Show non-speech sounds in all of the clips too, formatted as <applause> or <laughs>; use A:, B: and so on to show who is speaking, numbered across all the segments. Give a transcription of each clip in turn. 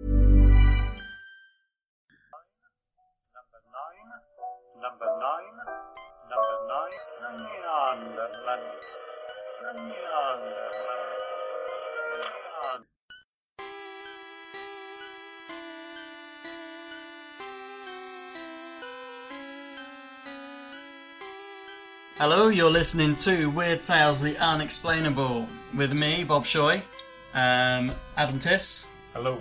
A: Number nine, number nine, number nine, number nine, number nine.
B: Hello, you're listening to Weird Tales The Unexplainable with me, Bob Shoy, um, Adam Tiss,
A: Hello.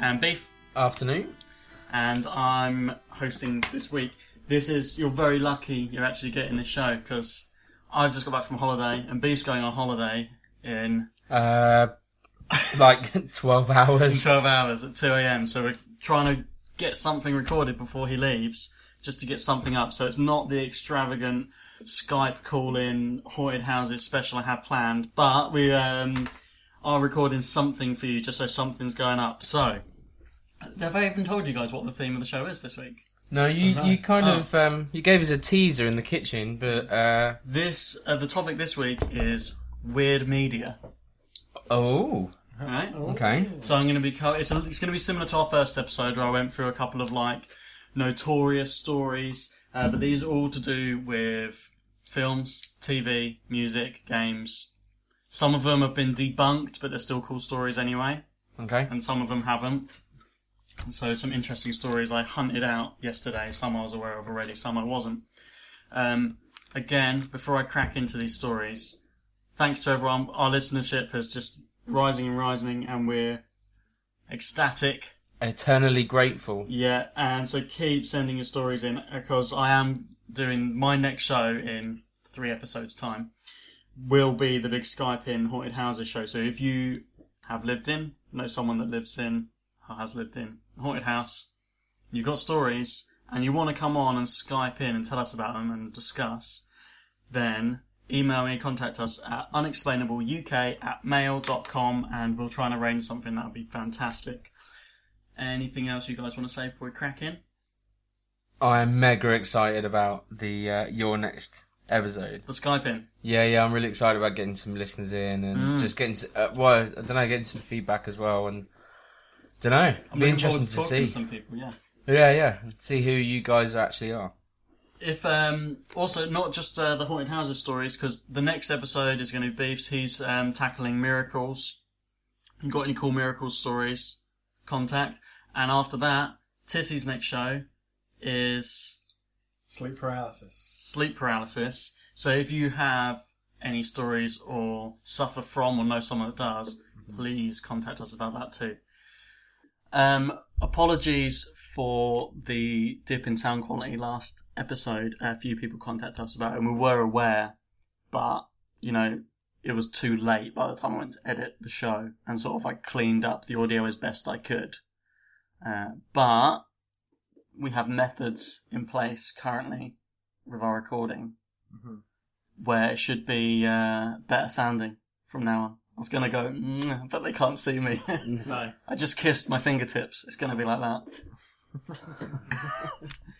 B: and Beef,
C: Afternoon.
B: and I'm hosting this week. This is, you're very lucky you're actually getting this show because I've just got back from holiday and Beef's going on holiday in
C: Uh, like <laughs>
B: <laughs>
C: 12 hours.
B: 12 hours at 2am, so we're trying to get something recorded before he leaves just to get something up. So it's not the extravagant Skype call in haunted houses special I had planned, but we um, are recording something for you just so something's going up. So, have I even told you guys what the theme of the show is this week?
C: No, you, you kind
B: Oh.
C: of, um, you gave us a teaser in the kitchen, but, uh,
B: This uh, The topic this week is weird media.
C: oh,
B: Right?
C: okay.
B: So I'm going to be. co- It's, it's going to be similar to our first episode where I went through a couple of like notorious stories, uh, but these are all to do with films, TV, music, games. Some of them have been debunked, but they're still cool stories anyway,
C: Okay.
B: and some of them haven't. And so some interesting stories I hunted out yesterday. Some I was aware of already, some I wasn't. Um, again, before I crack into these stories, thanks to everyone. Our listenership has just rising and rising, and we're ecstatic.
C: Eternally grateful.
B: Yeah, and so keep sending your stories in because I am doing my next show in three episodes' time. Will be the big Skype in haunted houses show. So if you have lived in, know someone that lives in, or has lived in a haunted house, you've got stories, and you want to come on and Skype in and tell us about them and discuss, then email me, contact us at unexplainableuk at mail.com, and we'll try and arrange something that would be fantastic. Anything else you guys want to say before we crack in?
C: I am mega excited about the, uh, your next episode.
B: The Skype in.
C: Yeah, yeah, I'm really excited about getting some listeners in and
B: Mm.
C: just getting, s- uh, well, I don't know, getting some feedback as well and, don't know, it'll
B: I'm
C: be
B: looking forward
C: interesting to
B: talking
C: see.
B: some people. Yeah.
C: Yeah, yeah, see who you guys actually are.
B: If um, also not just uh, the haunted houses stories, because the next episode is going to be Beefs. He's um, tackling miracles. You got any cool miracles stories? Contact. And after that, Tissy's next show is
D: Sleep paralysis.
B: sleep paralysis. So if you have any stories or suffer from or know someone that does,
D: Mm-hmm.
B: please contact us about that too. Um, apologies for the dip in sound quality last episode. A few people contacted us about it and we were aware, but you know, it was too late by the time I went to edit the show and sort of I cleaned up the audio as best I could. Uh, but we have methods in place currently with our recording where it should be uh, better sounding from now on. I was going to go, mm, but they can't see me. <laughs>
D: No.
B: I just kissed my fingertips. It's going to be like that. <laughs>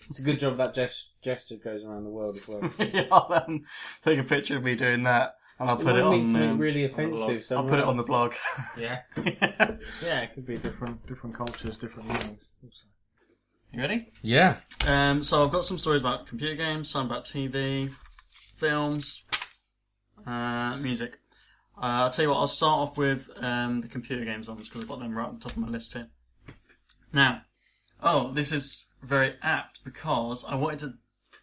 C: It's a good job that gest- gesture goes around the world as
B: <laughs>
C: well.
B: Yeah, I'll um, take a picture of me doing that and I'll
C: It
B: put it,
C: might
B: on
C: make something
B: um,
C: really
B: on the blog.
C: offensive
B: I'll put it on the
C: somewhere
B: blog. <laughs>
C: Yeah.
D: Yeah, it could be different, different cultures, different meanings.
B: you ready?
C: Yeah.
B: Um, so I've got some stories about computer games, some about TV, films, uh, music. Uh, I'll tell you what, I'll start off with um, the computer games ones because I've got them right at the top of my list here. Now, oh, this is very apt because I wanted to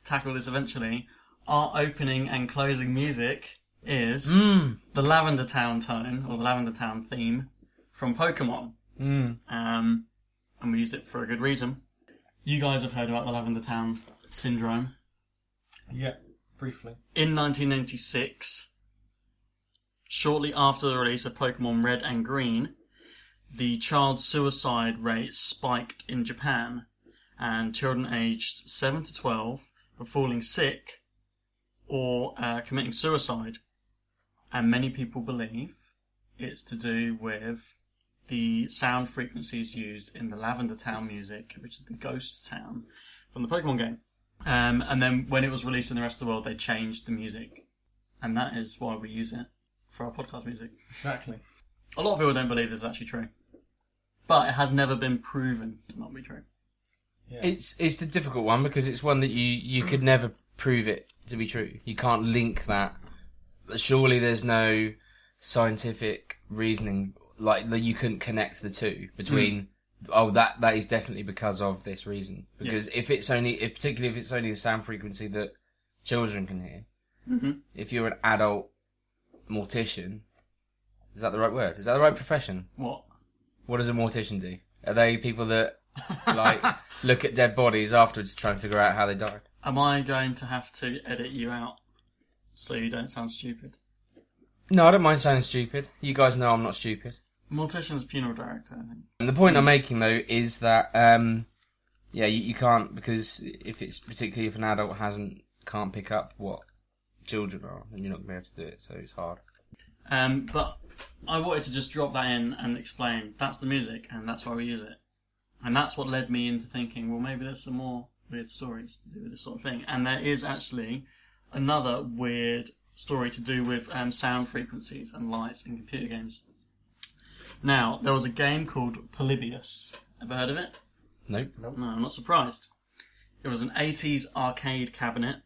B: tackle this eventually. Our opening and closing music is the Lavender Town tone or the Lavender Town theme from Pokemon. Um, and we used it for a good reason. You guys have heard about the Lavender Town syndrome.
C: Yeah, briefly.
B: In 1996, shortly after the release of Pokemon Red and Green, the child suicide rate spiked in Japan, and children aged 7 to 12 were falling sick or uh, committing suicide. And many people believe it's to do with the sound frequencies used in the Lavender Town music, which is the ghost town from the Pokemon game. Um, and then when it was released in the rest of the world, they changed the music. And that is why we use it for our podcast music.
D: Exactly.
B: A lot of people don't believe this is actually true. But it has never been proven to not be true.
D: Yeah.
C: It's it's the difficult one because it's one that you you could never prove it to be true. You can't link that. Surely there's no scientific reasoning like that you couldn't connect the two between.
B: Hmm.
C: Oh, that that is definitely because of this reason. Because if it's only, if, particularly if it's only a sound frequency that children can hear,
B: Mm-hmm.
C: if you're an adult mortician, is that the right word? Is that the right profession?
B: What?
C: What does a mortician do? Are they people that <laughs> like look at dead bodies afterwards to try and figure out how they died?
B: Am I going to have to edit you out so you don't sound stupid?
C: No, I don't mind sounding stupid. You guys know I'm not stupid.
B: Mortician's a funeral director, I think.
C: And the point I'm making though is that um, yeah, you, you can't because if it's particularly if an adult hasn't can't pick up what children are, then you're not gonna be able to do it. So it's hard.
B: Um, but I wanted to just drop that in and explain that's the music and that's why we use it. And that's what led me into thinking, well, maybe there's some more weird stories to do with this sort of thing. And there is actually another weird story to do with um, sound frequencies and lights in computer games. Now, there was a game called Polybius. Ever heard of it?
C: Nope.
B: No, I'm not surprised. It was an 80s arcade cabinet,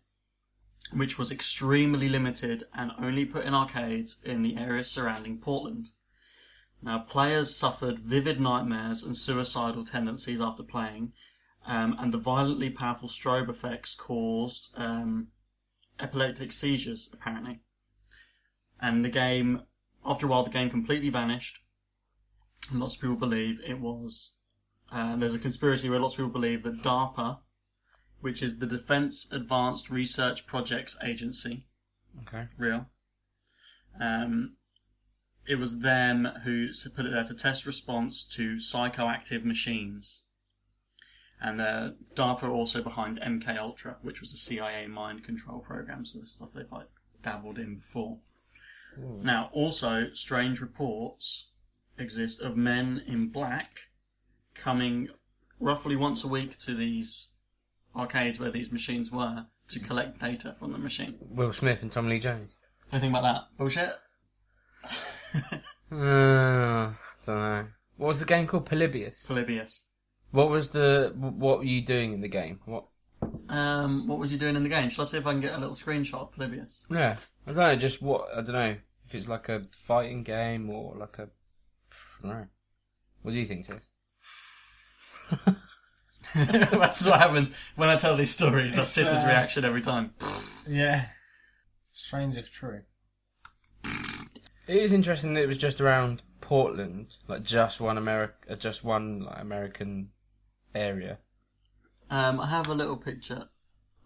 B: which was extremely limited and only put in arcades in the areas surrounding Portland. Now, players suffered vivid nightmares and suicidal tendencies after playing, um, and the violently powerful strobe effects caused um, epileptic seizures, apparently. And the game, after a while, the game completely vanished, and lots of people believe it was uh, there's a conspiracy where lots of people believe that DARPA, which is the Defense Advanced Research Projects Agency,
C: Okay.
B: real, um, it was them who s- put it there to test response to psychoactive machines. And uh, DARPA are also behind MK Ultra, which was a CIA mind control program, so the stuff they've like dabbled in before. Now, also, strange reports exist of men in black coming roughly once a week to these arcades where these machines were to collect data from the machine.
C: Will Smith and Tom Lee Jones.
B: What do you think about that? Bullshit?
C: Uh, I don't know. What was the game called? Polybius.
B: <laughs> Polybius.
C: What was the what were you doing in the game? What?
B: Um, what was you doing in the game? Shall I see if I can get a little screenshot of Polybius?
C: Yeah, I don't know. Just what I don't know if it's like a fighting game or like a. I don't know. What do you think, Tis?
B: <laughs> that's what happens when I tell these stories. That's
D: It's,
B: Tiss's
D: uh,
B: reaction every time.
D: yeah. Strange if true.
C: It is interesting that it was just around Portland, like just one America, just one like American area.
B: Um, I have a little picture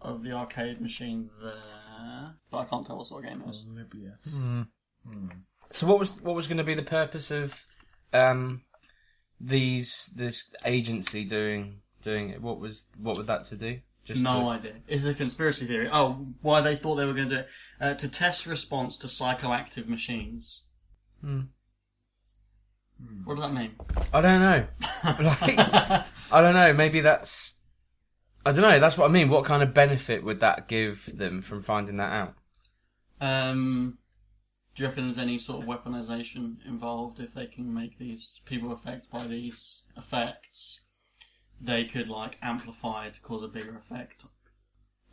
B: of the arcade machine there, but I can't tell what sort of game it was.
D: Libya.
C: So what was what was going to be the purpose of um these this agency doing doing it? What was what would that to do? Just
B: no
C: to-
B: idea. It's a conspiracy theory. Oh, why they thought they were going to do it. Uh, to test response to psychoactive machines.
C: Hmm.
B: What does that mean?
C: I
B: <laughs>
C: don't know. like, I don't know. Maybe that's. I don't know. That's what I mean. What kind of benefit would that give them from finding that out?
B: Um, do you reckon there's any sort of weaponization involved if they can make these people affected by these effects? They could like amplify to cause a bigger effect.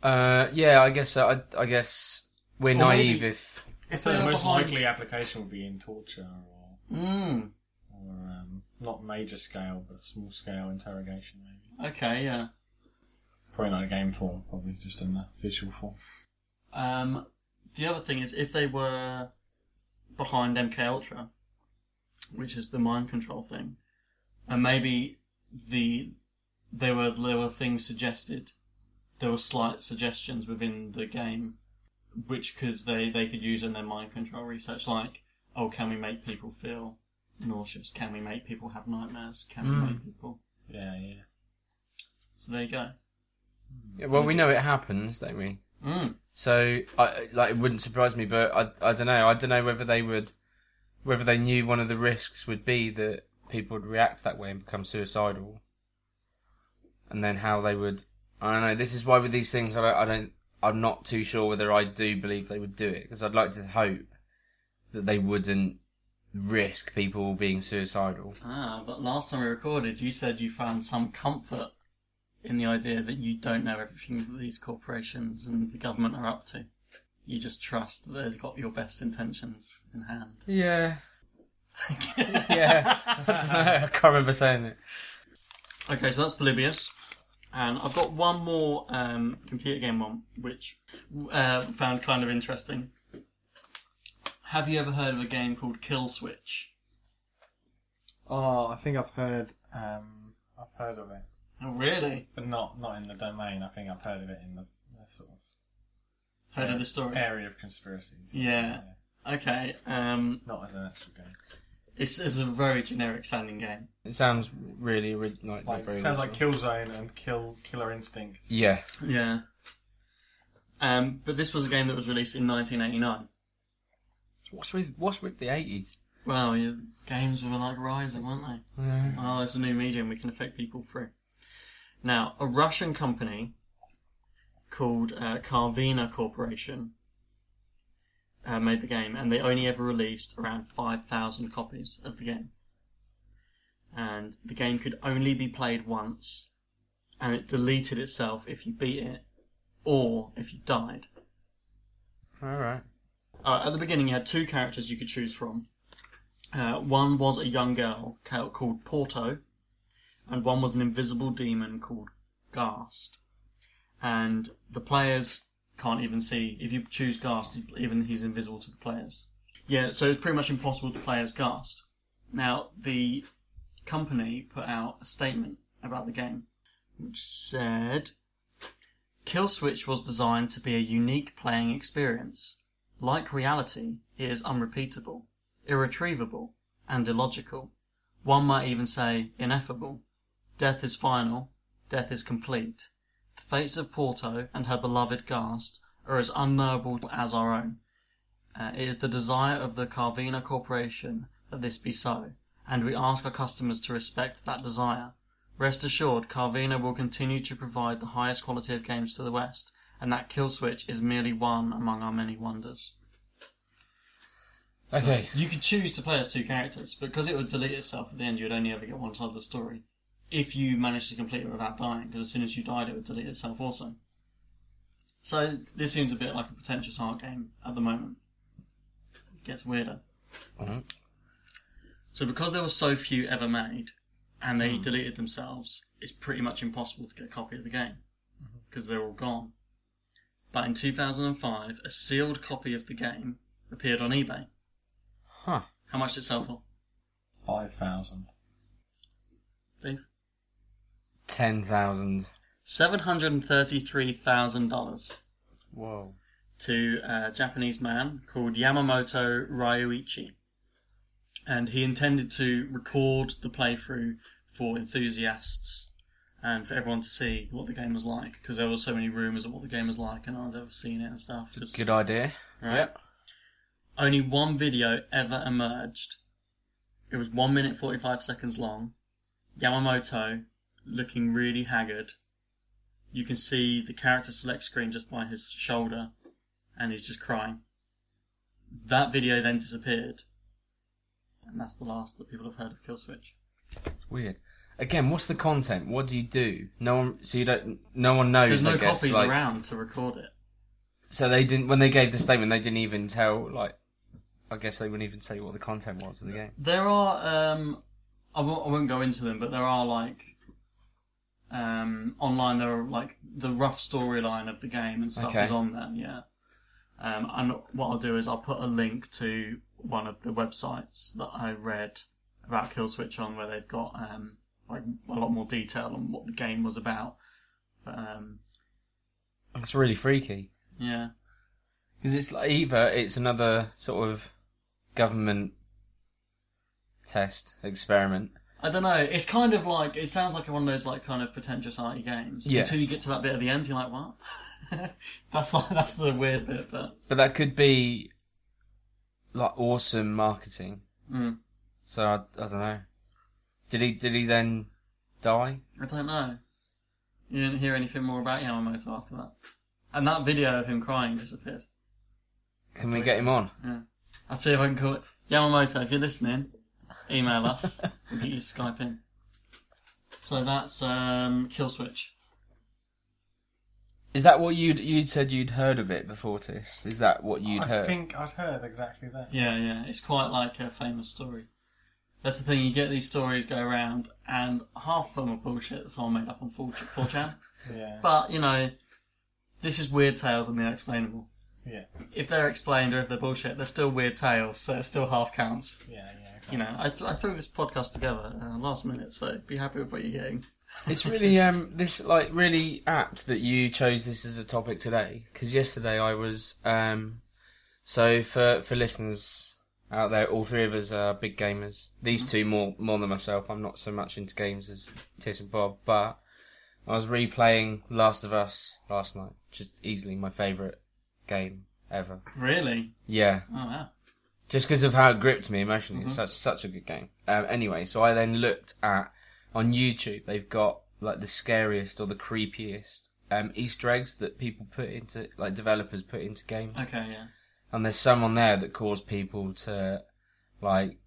C: Uh, yeah, I guess so. I, I guess we're
B: Or maybe-
C: naive if.
B: If
D: So
B: they're
D: the most
B: behind,
D: likely application would be in torture or,
B: Mm,
D: or um,
E: not major scale, but small scale interrogation maybe.
B: Okay, yeah.
E: Probably not a game form, probably just in the visual form.
B: Um, the other thing is if they were behind MK Ultra, which is the mind control thing, and maybe the there were there were things suggested, there were slight suggestions within the game, which could they they could use in their mind control research, like oh, can we make people feel nauseous? Can we make people have nightmares? Can we make people?
E: Yeah, yeah.
B: So there you go.
C: Yeah, well, we know it happens, don't we?
B: Mm.
C: So, I, like, it wouldn't surprise me, but I, I don't know. I don't know whether they would, whether they knew one of the risks would be that people would react that way and become suicidal, and then how they would. I don't know. This is why with these things, I don't. I don't I'm not too sure whether I do believe they would do it because I'd like to hope that they wouldn't risk people being suicidal.
B: Ah, but last time we recorded, you said you found some comfort in the idea that you don't know everything that these corporations and the government are up to. You just trust that they've got your best intentions in hand.
C: Yeah. <laughs> yeah. <laughs> I don't know. I can't remember saying it.
B: Okay, so that's Polybius. And I've got one more um, computer game one, which uh, found kind of interesting. Have you ever heard of a game called Kill Switch?
E: Oh, I think I've heard um I've heard of it.
B: Oh, really?
E: But not not in the domain, I think I've heard of it in the, the sort of
B: Heard of the story?
E: area of conspiracies.
B: Yeah. Okay. Um,
E: Not as an actual game.
B: it's, it's a very generic sounding game.
C: It sounds really orig- like, not
E: Like
C: very
E: it sounds like
C: original.
E: Killzone and Kill Killer Instinct.
C: yeah.
B: Yeah. Um, but this was a game that was released in 1989.
C: What's with what's with the eighties?
B: Well, yeah, games were like rising, weren't they? Oh, it's a new medium. We can affect people through. Now, a Russian company called uh, Carvina Corporation uh, made the game, and they only ever released around 5,000 copies of the game. And the game could only be played once, and it deleted itself if you beat it or if you died.
C: All right.
B: uh, at the beginning, you had two characters you could choose from. Uh, one was a young girl ca- called Porto, and one was an invisible demon called Ghast. And the players can't even see. If you choose Ghast, even he's invisible to the players. Yeah, so it's pretty much impossible to play as Ghast. Now, the company put out a statement about the game, which said Kill Switch was designed to be a unique playing experience. Like reality, it is unrepeatable, irretrievable, and illogical. One might even say ineffable. Death is final, death is complete. The fates of Porto and her beloved Ghast are as unknowable as our own. Uh, it is the desire of the Carvina Corporation that this be so, and we ask our customers to respect that desire. Rest assured, Carvina will continue to provide the highest quality of games to the West, and that Kill Switch is merely one among our many wonders. So
C: Okay.
B: You could choose to play as two characters, but because it would delete itself at the end, you would only ever get one side of the story. If you managed to complete it without dying, because as soon as you died, it would delete itself also. So this seems a bit like a pretentious art game at the moment. It gets weirder.
C: Alright.
B: So because there were so few ever made, and they deleted themselves, it's pretty much impossible to get a copy of the game because they're all gone. But in 2005, a sealed copy of the game appeared on eBay.
C: Huh.
B: How much did it sell for?
E: Five thousand.
B: Dave?
C: Ten thousand.
B: Seven hundred and thirty-three thousand dollars
C: Whoa.
B: to a Japanese man called Yamamoto Ryuichi, and he intended to record the playthrough for enthusiasts and for everyone to see what the game was like because there were so many rumors of what the game was like and I'd ever seen it and stuff.
C: It's
B: Just-
C: a good idea.
B: right? Only one video ever emerged. It was one minute forty-five seconds long. Yamamoto looking really haggard. You can see the character select screen just by his shoulder, and he's just crying. That video then disappeared, and that's the last that people have heard of Kill Switch.
C: It's weird. Again, what's the content? What do you do? No one. So you don't. No one knows.
B: There's
C: I
B: no
C: guess,
B: copies
C: like-
B: around to record it.
C: So they didn't. When they gave the statement, they didn't even tell. Like, I guess they wouldn't even say what the content was of the game.
B: There are um, I won't, I won't go into them, but there are like um, online. There are like the rough storyline of the game and stuff
C: Okay.
B: is on there. Yeah. Um, and what I'll do is I'll put a link to one of the websites that I read about Killswitch on, where they've got um, like a lot more detail on what the game was about. But um,
C: That's really freaky.
B: yeah,
C: Because it's like either it's another sort of government test experiment.
B: I don't know. It's kind of like it sounds like one of those like kind of pretentious arty games.
C: Yeah.
B: Until you get to that bit at the end, you're like, what? <laughs> that's like that's the weird bit, but
C: But that could be like awesome marketing.
B: mm,
C: So I, I don't know. Did he did he then die?
B: I don't know. You didn't hear anything more about Yamamoto after that, and that video of him crying disappeared.
C: Can we get him on?
B: I'll see if I can call it Yamamoto. If you're listening, email us. we'll get you to Skype in. So that's um, Kill Switch.
C: Is that what you you said you'd heard of it before, Tis? Is that what you'd
E: I
C: heard?
E: think I'd heard exactly that.
B: Yeah, yeah. It's quite like a famous story. That's the thing, you get these stories go around, and half of them are bullshit that's all made up on 4ch- <laughs> 4chan.
E: Yeah.
B: But, you know, this is weird tales and they're explainable.
E: Yeah.
B: If they're explained or if they're bullshit, they're still weird tales, so it still half counts.
E: Yeah. Yeah. Exactly.
B: You know, I, I threw this podcast together uh, last minute, so be happy with what you're getting.
C: It's really um this like really apt that you chose this as a topic today because yesterday I was um so for for listeners out there all three of us are big gamers these two more more than myself I'm not so much into games as Tis and Bob but I was replaying Last of Us last night just easily my favorite game ever
B: Really?
C: yeah
B: Oh, wow.
C: just because of how it gripped me emotionally.
B: Mm-hmm.
C: It's such such a good game. Um, anyway, so I then looked at on YouTube. They've got like the scariest or the creepiest um, Easter eggs that people put into like developers put into games.
B: Okay, yeah.
C: And there's some on there that cause people to like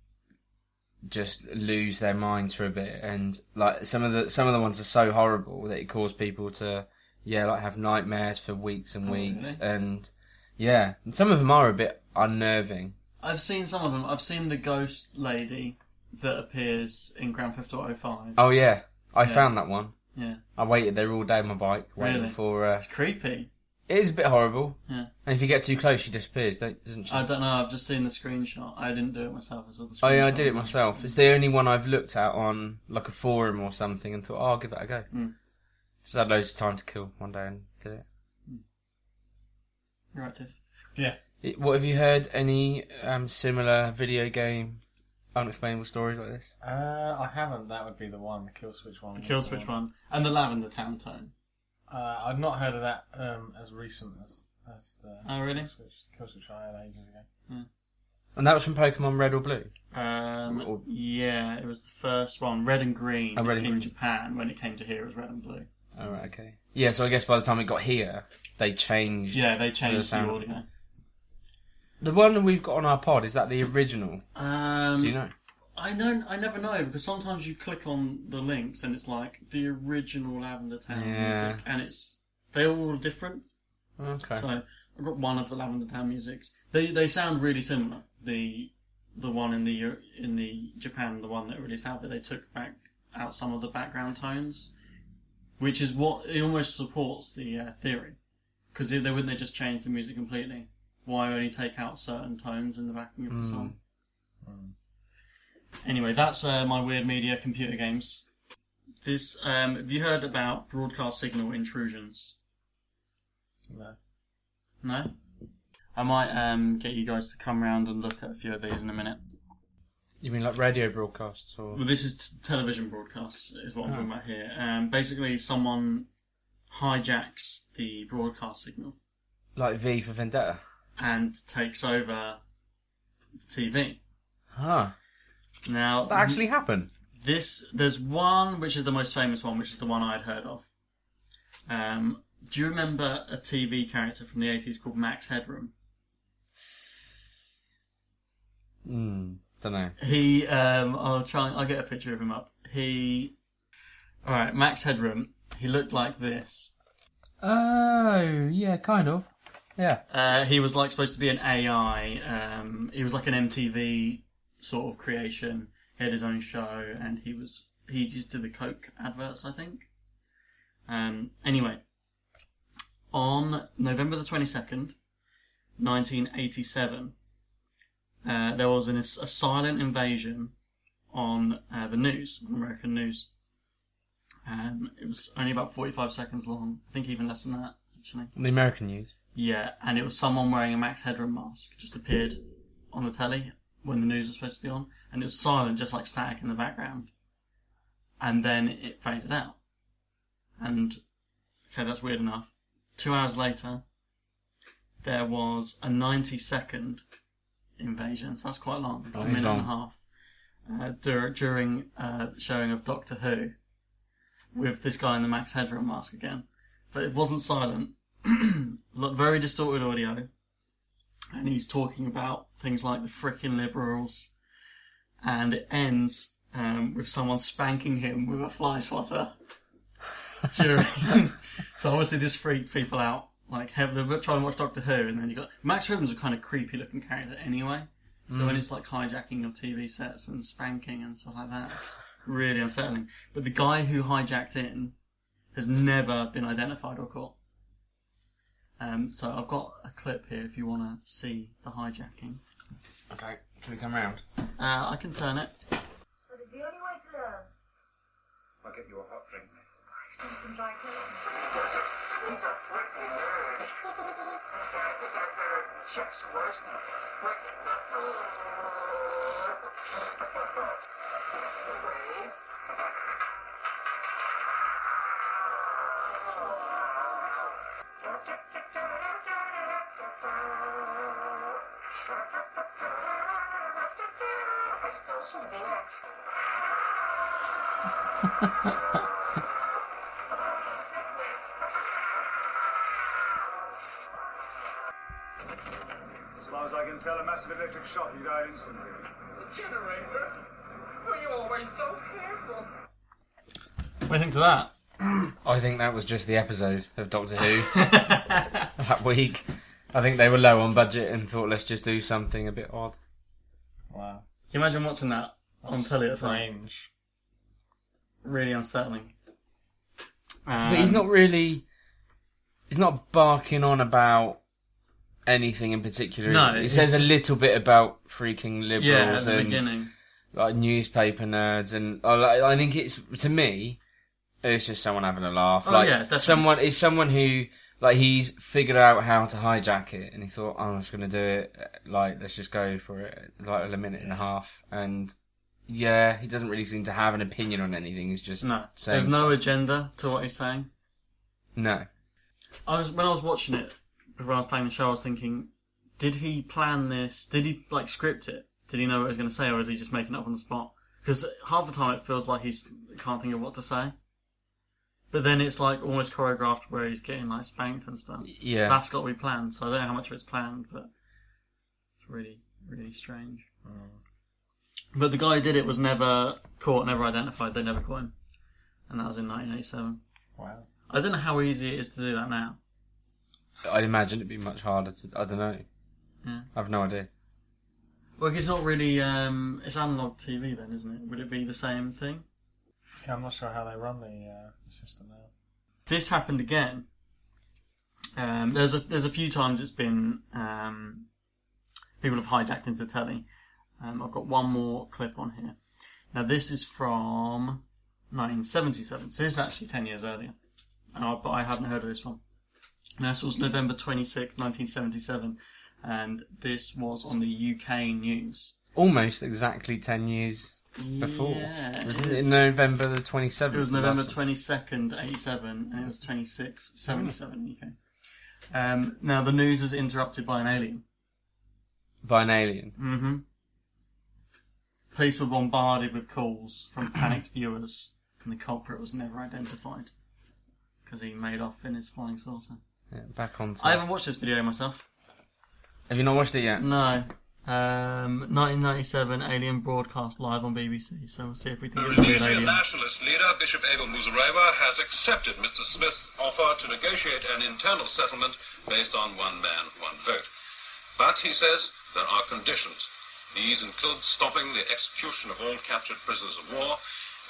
C: just lose their minds for a bit. And like some of the some of the ones are so horrible that it caused people to yeah like have nightmares for weeks and
B: Oh,
C: weeks.
B: really?
C: And yeah, and some of them are a bit unnerving.
B: I've seen some of them. I've seen the ghost lady that appears in Grand Theft Auto 5.
C: Oh yeah, I
B: Yeah.
C: found that one.
B: Yeah.
C: I waited there all day on my bike, waiting
B: Really?
C: for. Uh,
B: It's creepy.
C: it is a bit horrible,
B: Yeah.
C: and if you get too close, she disappears, don't, doesn't she?
B: I don't know. I've just seen the screenshot. I didn't do it myself. I saw the screenshot.
C: oh yeah, I did it myself. It's the only one I've looked at on like a forum or something, and thought, oh, I'll give that a go.
B: Mm.
C: Just had loads of time to kill one day and did it.
B: You're right, Tiff.
C: It- What have you heard? Any um, similar video game unexplainable stories like this?
E: Uh, I haven't. That would be the one, the kill switch one.
B: The kill switch one and the Lavender Town Tone.
E: Uh, I've not heard of that um, as recent as, as the
B: Oh, really?
E: kill switch, kill switch I had ages ago.
C: And that was from Pokemon Red or Blue.
B: Um,
C: Or-
B: yeah, it was the first one, red and green
C: Oh, red and
B: in
C: green.
B: Japan. When it came to here, it was red and blue.
C: All right, okay. Yeah, so I guess by the time it got here, they changed.
B: Yeah, they changed the
C: sound.
B: audio.
C: The one that we've got on our pod is that the original.
B: Um,
C: Do you know?
B: I don't. I never know because sometimes you click on the links and it's like the original Lavender Town
C: Yeah.
B: music, and it's they're all different.
C: Okay.
B: So I've got one of the Lavender Town musics. They they sound really similar. The the one in the Eu- in the Japan, the one that released out, but they took back out some of the background tones, which is what it almost supports the uh, theory. Because if they wouldn't, they just change the music completely. Why only take out certain tones in the backing of the song? Anyway, that's uh, my weird media computer games. This um, have you heard about broadcast signal intrusions?
E: No.
B: No? I might um, get you guys to come round and look at a few of these in a minute.
C: You mean like radio broadcasts or?
B: Well, this is t- television broadcasts, is what I'm talking about here. Um, basically, someone hijacks the broadcast signal
C: Like V for Vendetta.
B: and takes over the TV.
C: Huh.
B: Now,
C: Does that actually happen?
B: this there's one which is the most famous one, which is the one I'd heard of. Um, do you remember a TV character from the 80s called Max Headroom?
C: Hmm. Don't know.
B: He, um, I'll try. I'll get a picture of him up. He, all right, Max Headroom. He looked like this.
C: Oh yeah, kind of. Yeah.
B: Uh, he was like supposed to be an AI. Um, he was like an MTV sort of creation. He had his own show, and he was he just did the Coke adverts, I think. Um. Anyway, on November the twenty second, nineteen eighty seven, uh, there was an, a silent invasion on uh, the news, on American news. Um, it was only about 45 seconds long. I think even less than that, actually.
C: The American news.
B: Yeah, and it was someone wearing a Max Headroom mask. It just appeared on the telly when the news was supposed to be on, and it was silent, just like static in the background. And then it faded out. And, okay, that's weird enough. Two hours later, there was a 90 second invasion, so that's quite long,
C: That
B: a
C: is
B: minute and a
C: long.
B: half, uh, dur- during uh, showing of Doctor Who with this guy in the Max Headroom mask again. But it wasn't silent. <clears throat> Look, Very distorted audio. And he's talking about things like the frickin' liberals. And it ends um, with someone spanking him with a fly <laughs> swatter. During. <laughs> so obviously this freaked people out. Like, have they try and watch Doctor Who, and then you got Max Headroom's a kind of creepy looking character anyway. So when it's like hijacking of TV sets and spanking and stuff like that, it's really unsettling. But the guy who hijacked in has never been identified or caught. Um, so I've got a clip here if you want to see the hijacking.
C: Okay, shall we come round?
B: Uh, I can turn it.
F: But it's the only way to learn.
A: I'll get you a hot drink.
F: Some dry cleaning.
A: As far as I can tell, a massive electric shock, you died instantly.
F: Generator? Were you always so careful?
B: What do you think to that?
C: I think that was just the episode of Doctor <laughs> Who that week. I think they were low on budget and thought, let's just do something a bit odd.
E: Wow.
B: Can you imagine watching that on telly at the time?
E: Strange.
B: Really unsettling. Um,
C: But he's not really. He's not barking on about anything in particular.
B: No,
C: is he? he
B: it's
C: says a
B: just-
C: little bit about freaking liberals
B: Yeah, at the
C: and
B: beginning.
C: like newspaper nerds, and I, like- I think it's to me, it's just someone having a laugh.
B: Oh,
C: like
B: yeah, definitely.
C: someone it's someone who like he's figured out how to hijack it, and he thought, "Oh, I'm just gonna do it. Like let's just go for it. Like a minute and a half, and yeah, he doesn't really seem to have an opinion on anything. He's just
B: No,
C: saying
B: there's no agenda to what he's saying.
C: no.
B: I was when I was watching it when I was playing the show. I was thinking, did he plan this? Did he like script it? Did he know what he was going to say, or is he just making it up on the spot? Because half the time it feels like he's can't think of what to say. But then it's like almost choreographed where he's getting like spanked and stuff.
C: Yeah.
B: That's got to be planned. So I don't know how much of it's planned, but it's really really strange. But the guy who did it was never caught, never identified. They never caught him, and that was in 1987.
E: Wow.
B: I don't know how easy it is to do that now.
C: I'd imagine it'd be much harder to. I don't know.
B: Yeah.
C: I've no idea.
B: Well, it's not really. Um, it's analog TV, then, isn't it? Would it be the same thing?
E: Yeah, I'm not sure how they run the uh, system now.
B: This happened again. Um, there's a there's a few times it's been um, people have hijacked into the telly. Um, I've got one more clip on here. Now this is from 1977, so this is actually 10 years earlier. Uh, but I hadn't heard of this one. Now this was November 26, 1977, and this was on the UK news.
C: Almost exactly ten years before.
B: Yeah,
C: Wasn't
B: it
C: it
B: is.
C: in November the 27th?
B: It was November 22nd, 87, and it was 26th, 77 UK. Um, now, the news was interrupted by an alien.
C: By an alien.
B: Mm-hmm. Police were bombarded with calls from panicked <clears throat> viewers, and the culprit was never identified because he made off in his flying saucer.
C: Yeah, back on.
B: I haven't watched this video myself.
C: Have you not watched it yet?
B: No. Um, 1997 Alien broadcast live on BBC, so we'll see if we think it's a real alien.
G: Indonesian nationalist leader Bishop Abel Muzarewa has accepted Mr. Smith's offer to negotiate an internal settlement based on one man, one vote. But he says there are conditions. These include stopping the execution of all captured prisoners of war,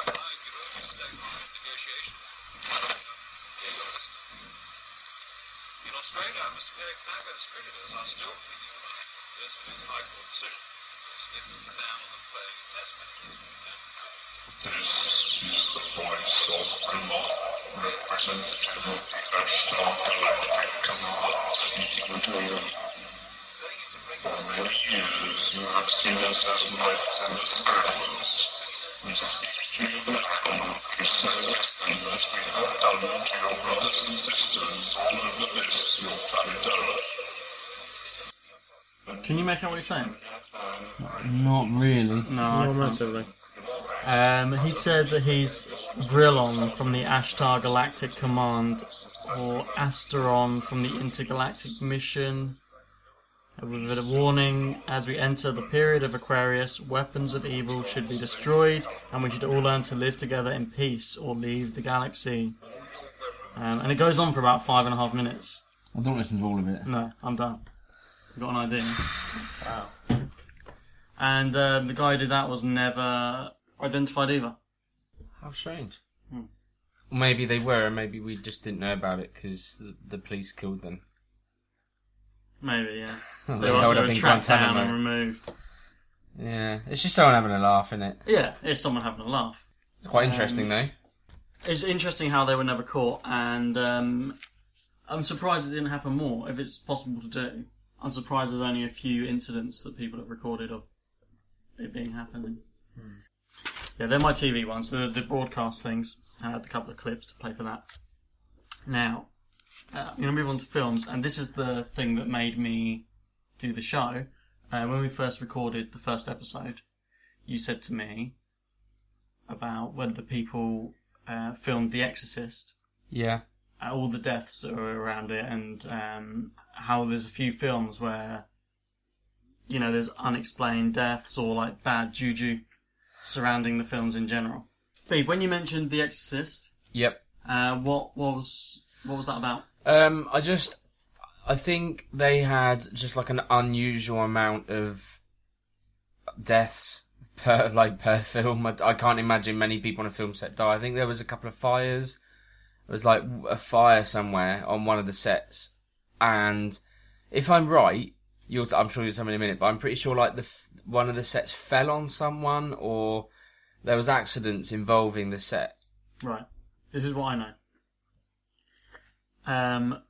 G: allowing Europe's negotiation. Here you list. In Australia, Mr. Pierre Knag and his creditors are still pleading this in his High Court decision, which lists the ban on them playing in test matches. This is the voice of Grimoire, representative of the Galactic Command, speaking to you. For many years, you have seen us as knights and as heroes. We speak to you back on the celestial as we have done to your brothers and sisters all over this, your planet Earth.
B: Can you make out what he's saying?
C: Not really.
B: Oh, No, I
E: Not
B: can't.
E: massively.
B: Um, he said that he's Vrilon from the Ashtar Galactic Command, or Asteron from the Intergalactic Mission. Uh, With a warning, as we enter the period of Aquarius, weapons of evil should be destroyed, and we should all learn to live together in peace or leave the galaxy. Um, and it goes on for about five and a half minutes.
C: I don't listen to all of it.
B: No, I'm done. I've got an idea. Wow. And um, the guy who did that was never identified either.
C: How strange. Maybe they were, and maybe we just didn't know about it because the, the police killed them. <laughs>
B: Maybe, yeah.
C: They,
B: They were, they were tracked down and removed.
C: Yeah, it's just someone having a laugh, isn't it?
B: Yeah, it's someone having a laugh.
C: It's quite interesting though.
B: It's interesting how they were never caught, and um, I'm surprised it didn't happen more, if it's possible to do. I'm surprised there's only a few incidents that people have recorded of it being happening. Yeah, they're my TV ones, the, the broadcast things. I had a couple of clips to play for that. Now, uh, I'm going to move on to films, and this is the thing that made me do the show. Uh, when we first recorded the first episode, you said to me about whether the people uh, filmed The Exorcist,
C: Yeah,
B: uh, all the deaths that were around it, and um, how there's a few films where, you know, there's unexplained deaths or like bad juju surrounding the films in general. Steve, when you mentioned The Exorcist,
C: yep.
B: uh, what was what was that about?
C: Um, I just, I think they had just like an unusual amount of deaths per <laughs> like per film. I, I can't imagine many people on a film set die. I think there was a couple of fires. There was like a fire somewhere on one of the sets, and if I'm right, you'll. I'm sure you'll tell me in a minute, but I'm pretty sure like the f- one of the sets fell on someone or there was accidents involving the set.
B: Right, this is what I know. Um,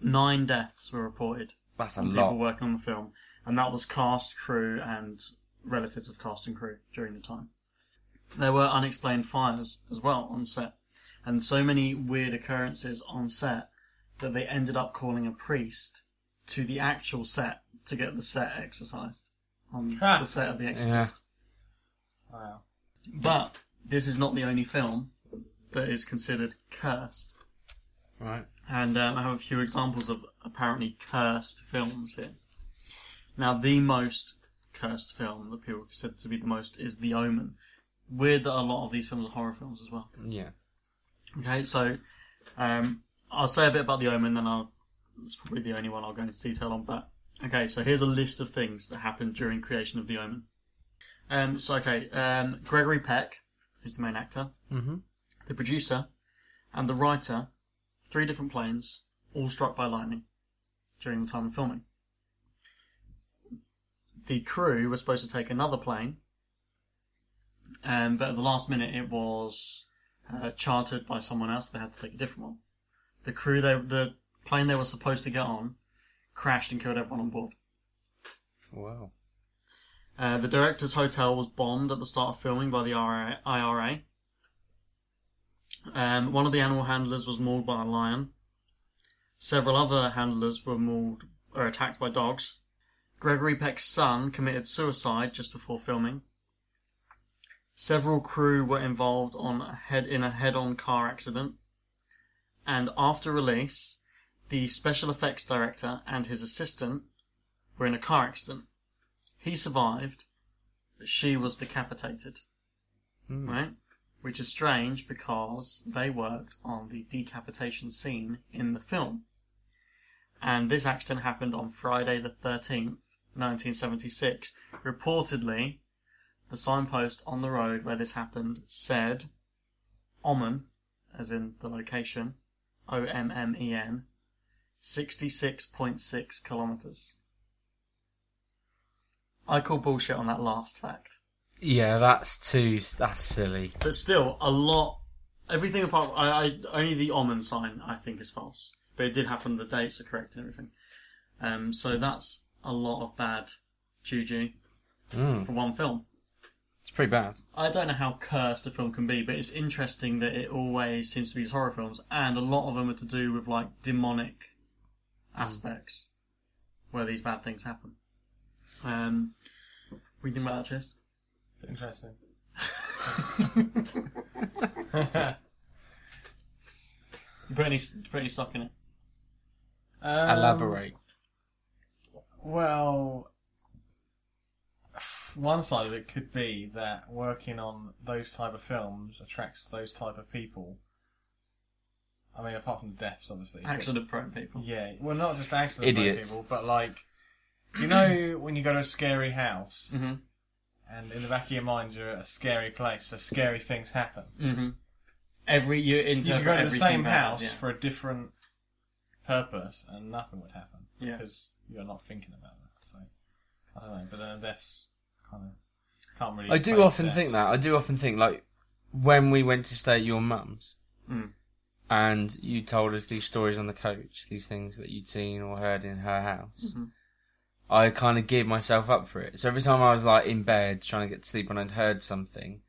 B: nine deaths were reported.
C: That's a
B: from
C: lot.
B: people working on the film, and that was cast, crew, and relatives of cast and crew during the time. There were unexplained fires as well on set, and so many weird occurrences on set that they ended up calling a priest to the actual set to get the set exercised on
E: Ah.
B: the set of The Exorcist.
E: Wow.
B: But this is not the only film that is considered cursed,
C: Right.
B: and um, I have a few examples of apparently cursed films here. Now, the most cursed film that people consider to be the most is The Omen. Weird that a lot of these films are horror films as well.
C: Yeah.
B: Okay, so um, I'll say a bit about The Omen, then I'll. That's probably the only one I'll go into detail on. But okay, so here's a list of things that happened during creation of The Omen. Um, so okay, um, Gregory Peck, who's the main actor,
C: Mhm.
B: the producer, and the writer, three different planes, all struck by lightning during the time of filming. The crew were supposed to take another plane, um, but at the last minute it was uh, chartered by someone else. They had to take a different one. The crew, they, the plane they were supposed to get on, crashed and killed everyone on board.
C: Wow.
B: Uh, the director's hotel was bombed at the start of filming by the RA IRA. Um, one of the animal handlers was mauled by a lion. Several other handlers were mauled or attacked by dogs. Gregory Peck's son committed suicide just before filming. Several crew were involved on a head in a head-on car accident. And after release, the special effects director and his assistant were in a car accident. He survived, but she was decapitated.
C: Hmm. Mm.
B: Right? Which is strange because they worked on the decapitation scene in the film. And this accident happened on Friday the 13th 1976. Reportedly, the signpost on the road where this happened said Oman, as in the location, O M M E N, 66.6 kilometres. I call bullshit on that last fact.
C: Yeah, that's too. That's silly.
B: But still, a lot. Everything apart. I, I only the Oman sign I think is false, but it did happen. The dates are correct and everything. Um, so that's a lot of bad juju for one film.
C: It's pretty bad.
B: I don't know how cursed a film can be, but it's interesting that it always seems to be these horror films, and a lot of them are to do with like demonic aspects where these bad things happen. Um, what do you think about that, Chris?
E: Interesting.
B: You put any, put any stock in it?
E: Um,
C: Elaborate.
E: Well, one side of it could be that working on those type of films attracts those type of people. I mean, apart from the deaths, obviously.
B: Accident prone people.
E: Yeah, well, not just accident
C: Idiots.
E: people, but like, you know, when you go to a scary house,
B: hmm
E: and in the back of your mind, you're at a scary place, so scary things happen.
B: hmm Every you
E: You
B: interpret
E: could go to the
B: everything
E: same
B: bad,
E: house
B: yeah.
E: for a different purpose, and nothing would happen
B: Yeah.
E: because you're not thinking about that. So I don't know, but then deaths kind of can't really.
C: I do
E: play
C: often
E: deaths.
C: think that. I do often think like when we went to stay at your mum's,
B: Mm.
C: and you told us these stories on the coach, these things that you'd seen or heard in her house. I kind of geared myself up for it. So every time I was like in bed trying to get to sleep and I'd heard something,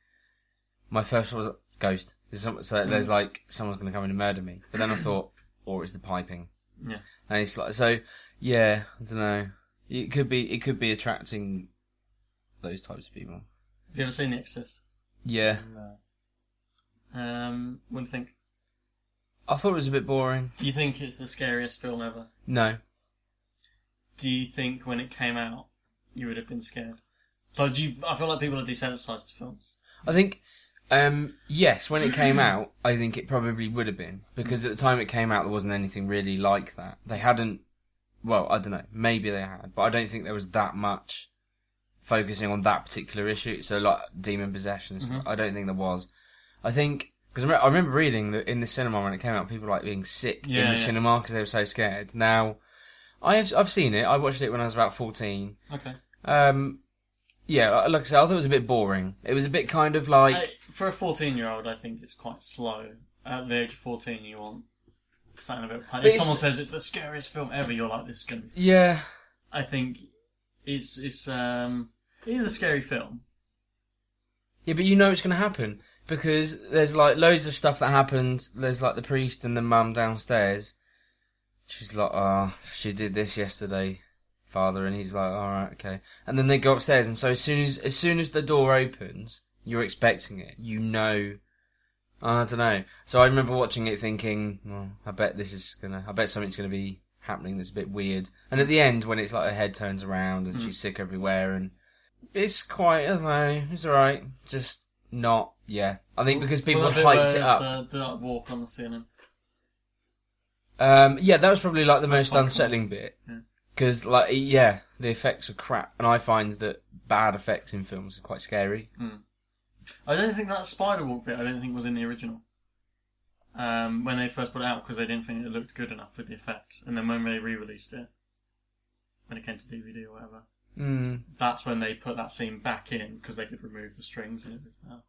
C: my first thought was ghost. There's some, so there's like someone's going to come in and murder me. But then I thought, or it's the piping.
B: Yeah.
C: And it's like so. Yeah, I don't know. It could be. It could be attracting those types of people.
B: Have you ever seen The Exorcist?
C: Yeah.
E: uh,
B: Um, what do you think?
C: I thought it was a bit boring.
B: Do you think it's the scariest film ever?
C: No.
B: Do you think when it came out, you would have been scared? So do you, I feel like people are desensitized to films.
C: I think, um, yes, when it came out, I think it probably would have been. Because at the time it came out, there wasn't anything really like that. They hadn't, well, I don't know, maybe they had, but I don't think there was that much focusing on that particular issue. So, like, demon possession and stuff,
B: Mm-hmm.
C: I don't think there was. I think, because I, re- I remember reading that in the cinema when it came out, people like being sick in
B: Yeah,
C: the
B: yeah.
C: cinema because they were so scared. Now, I have, I've seen it. I watched it when I was about 14.
B: Okay.
C: Um, yeah, uh, like- like I said, I thought it was a bit boring. It was a bit kind of like
B: I, Uh, for a 14 year old, I think it's quite slow. At the age of 14, you want something a bit. If
C: it's-
B: someone says it's the scariest film ever, you're like, this is going to be.
C: yeah,
B: I think it's, it's, um, it is a scary film.
C: yeah, but you know it's going to happen because there's like loads of stuff that happens. There's like the priest and the mum downstairs. She's like, ah, she did this yesterday, father, and he's like, all right, okay. And then they go upstairs, and so as soon as as soon as the door opens, you're expecting it. You know. I don't know. So I remember watching it, thinking, well, I bet this is gonna, I bet something's gonna be happening that's a bit weird. And at the end, when it's like her head turns around
B: Hmm.
C: and she's sick everywhere, and it's quite, I don't know, it's alright. Just not, yeah. I think because people
B: Well,
C: had
B: the bit
C: hyped
B: where
C: it up.
B: it's The, the like, walk on the ceiling.
C: Um, yeah, that was probably like the most
B: quite cool.
C: unsettling bit. 'Cause bit because, like, yeah, the effects are crap, and I find that bad effects in films are quite scary.
B: I don't think that spider walk bit. I don't think was in the original. Um, when they first put it out, because they didn't think it looked good enough with the effects, and then when they re-released it, when it came to DVD or whatever, Hmm.
C: Mm.
B: that's when they put that scene back in because they could remove the strings and everything.
C: <laughs>
B: Else.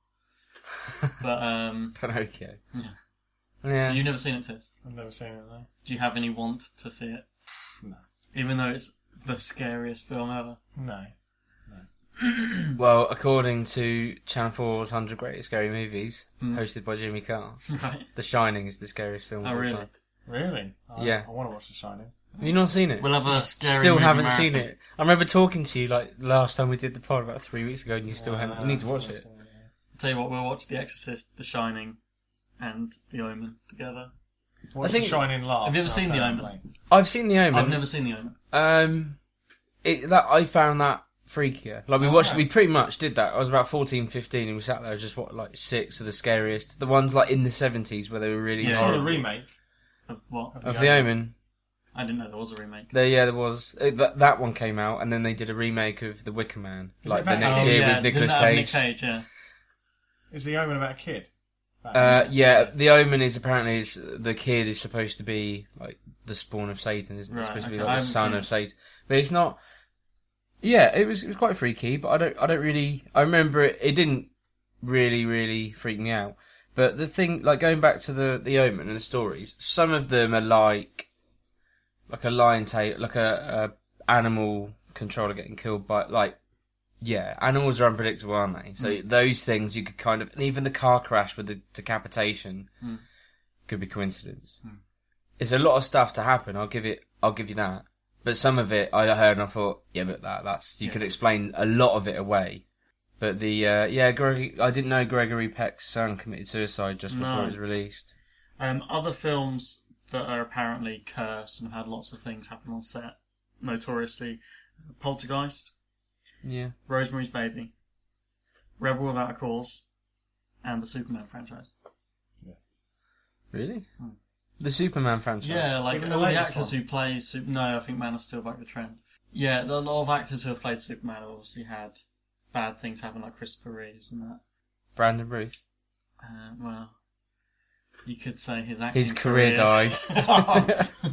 B: but um,
C: Pinocchio.
B: Yeah.
C: Yeah.
B: you've never seen it, Tis.
E: I've never seen it though.
B: Do you have any want to see it?
E: No.
B: Even though it's the scariest film ever. <laughs>
E: No.
C: Well, according to Channel 4's 100 Greatest Scary Movies, hosted by Jimmy Carr,
B: right.
C: The Shining is the scariest film
B: Hmm.
C: of
B: Oh,
C: all
B: really?
C: time.
E: Really? I,
C: Yeah.
E: I want to watch The Shining.
C: Have you not seen it?
B: We'll have a
C: You
B: scary
C: Still
B: movie
C: haven't seen
B: marathon.
C: it. I remember talking to you like last time we did the pod about three weeks ago, and you still haven't. um, You need to watch it.
E: Uh,
B: Tell you what, we'll watch The Exorcist, The Shining, and The Omen together.
E: Watch
C: think-
E: The Shining last.
B: Have you ever seen The Omen?
C: I've seen The Omen.
B: I've never seen The Omen.
C: Um, it, that I found that freakier. Like
B: Oh,
C: we watched, we pretty much did that. I was about 14, 15 and we sat there. It was just what like six of the scariest, the ones like in the seventies where they were really
B: Yeah. Oh,
E: I saw
C: horrible.
E: the remake.
B: Of what?
C: of the Omen.
B: I didn't know there was a remake.
C: There, yeah, there was uh, that, that one came out, and then they did a remake of The Wicker Man,
E: Is
C: like
E: it
C: the
E: about-
C: next
E: Oh,
C: year
B: yeah,
C: with Nicolas
B: didn't that have Nick
C: Cage.
B: Cage, yeah.
E: Is the Omen about a kid? About
C: Uh, yeah, the Omen is apparently is the kid is supposed to be like the spawn of Satan, isn't it?
B: Right,
C: It's supposed to
B: okay,
C: be
B: I
C: like the
B: haven't
C: son
B: seen
C: of
B: it.
C: Satan, but it's not. Yeah, it was it was quite freaky, but I don't I don't really I remember it. It didn't really really freak me out. But the thing, like going back to the the Omen and the stories, some of them are like like a lion tail, like a, a animal controller getting killed by like yeah, animals are unpredictable, aren't they? So
B: Mm.
C: those things you could kind of, and even the car crash with the decapitation
B: Mm.
C: could be coincidence. It's a lot of stuff to happen. I'll give it. I'll give you that. But some of it I heard and I thought, yeah, but that that's you could explain a lot of it away. But the uh, yeah, Gregory, I didn't know Gregory Peck's son committed suicide just before
B: No.
C: it was released.
B: Um, other films that are apparently cursed and had lots of things happen on set, notoriously Poltergeist,
C: Yeah,
B: Rosemary's Baby, Rebel Without a Cause, and the Superman franchise.
C: really. The Superman franchise.
B: Hmm. Yeah, like
E: Even the
B: all the
E: latest
B: actors
E: one.
B: who play Sup- no, I think Man of Steel back the trend. Yeah, there are a lot of actors who have played Superman have obviously had bad things happen, like Christopher Reeves and that.
C: Brandon Ruth.
B: Uh, well, you could say his acting
C: His
B: <laughs>
C: career died.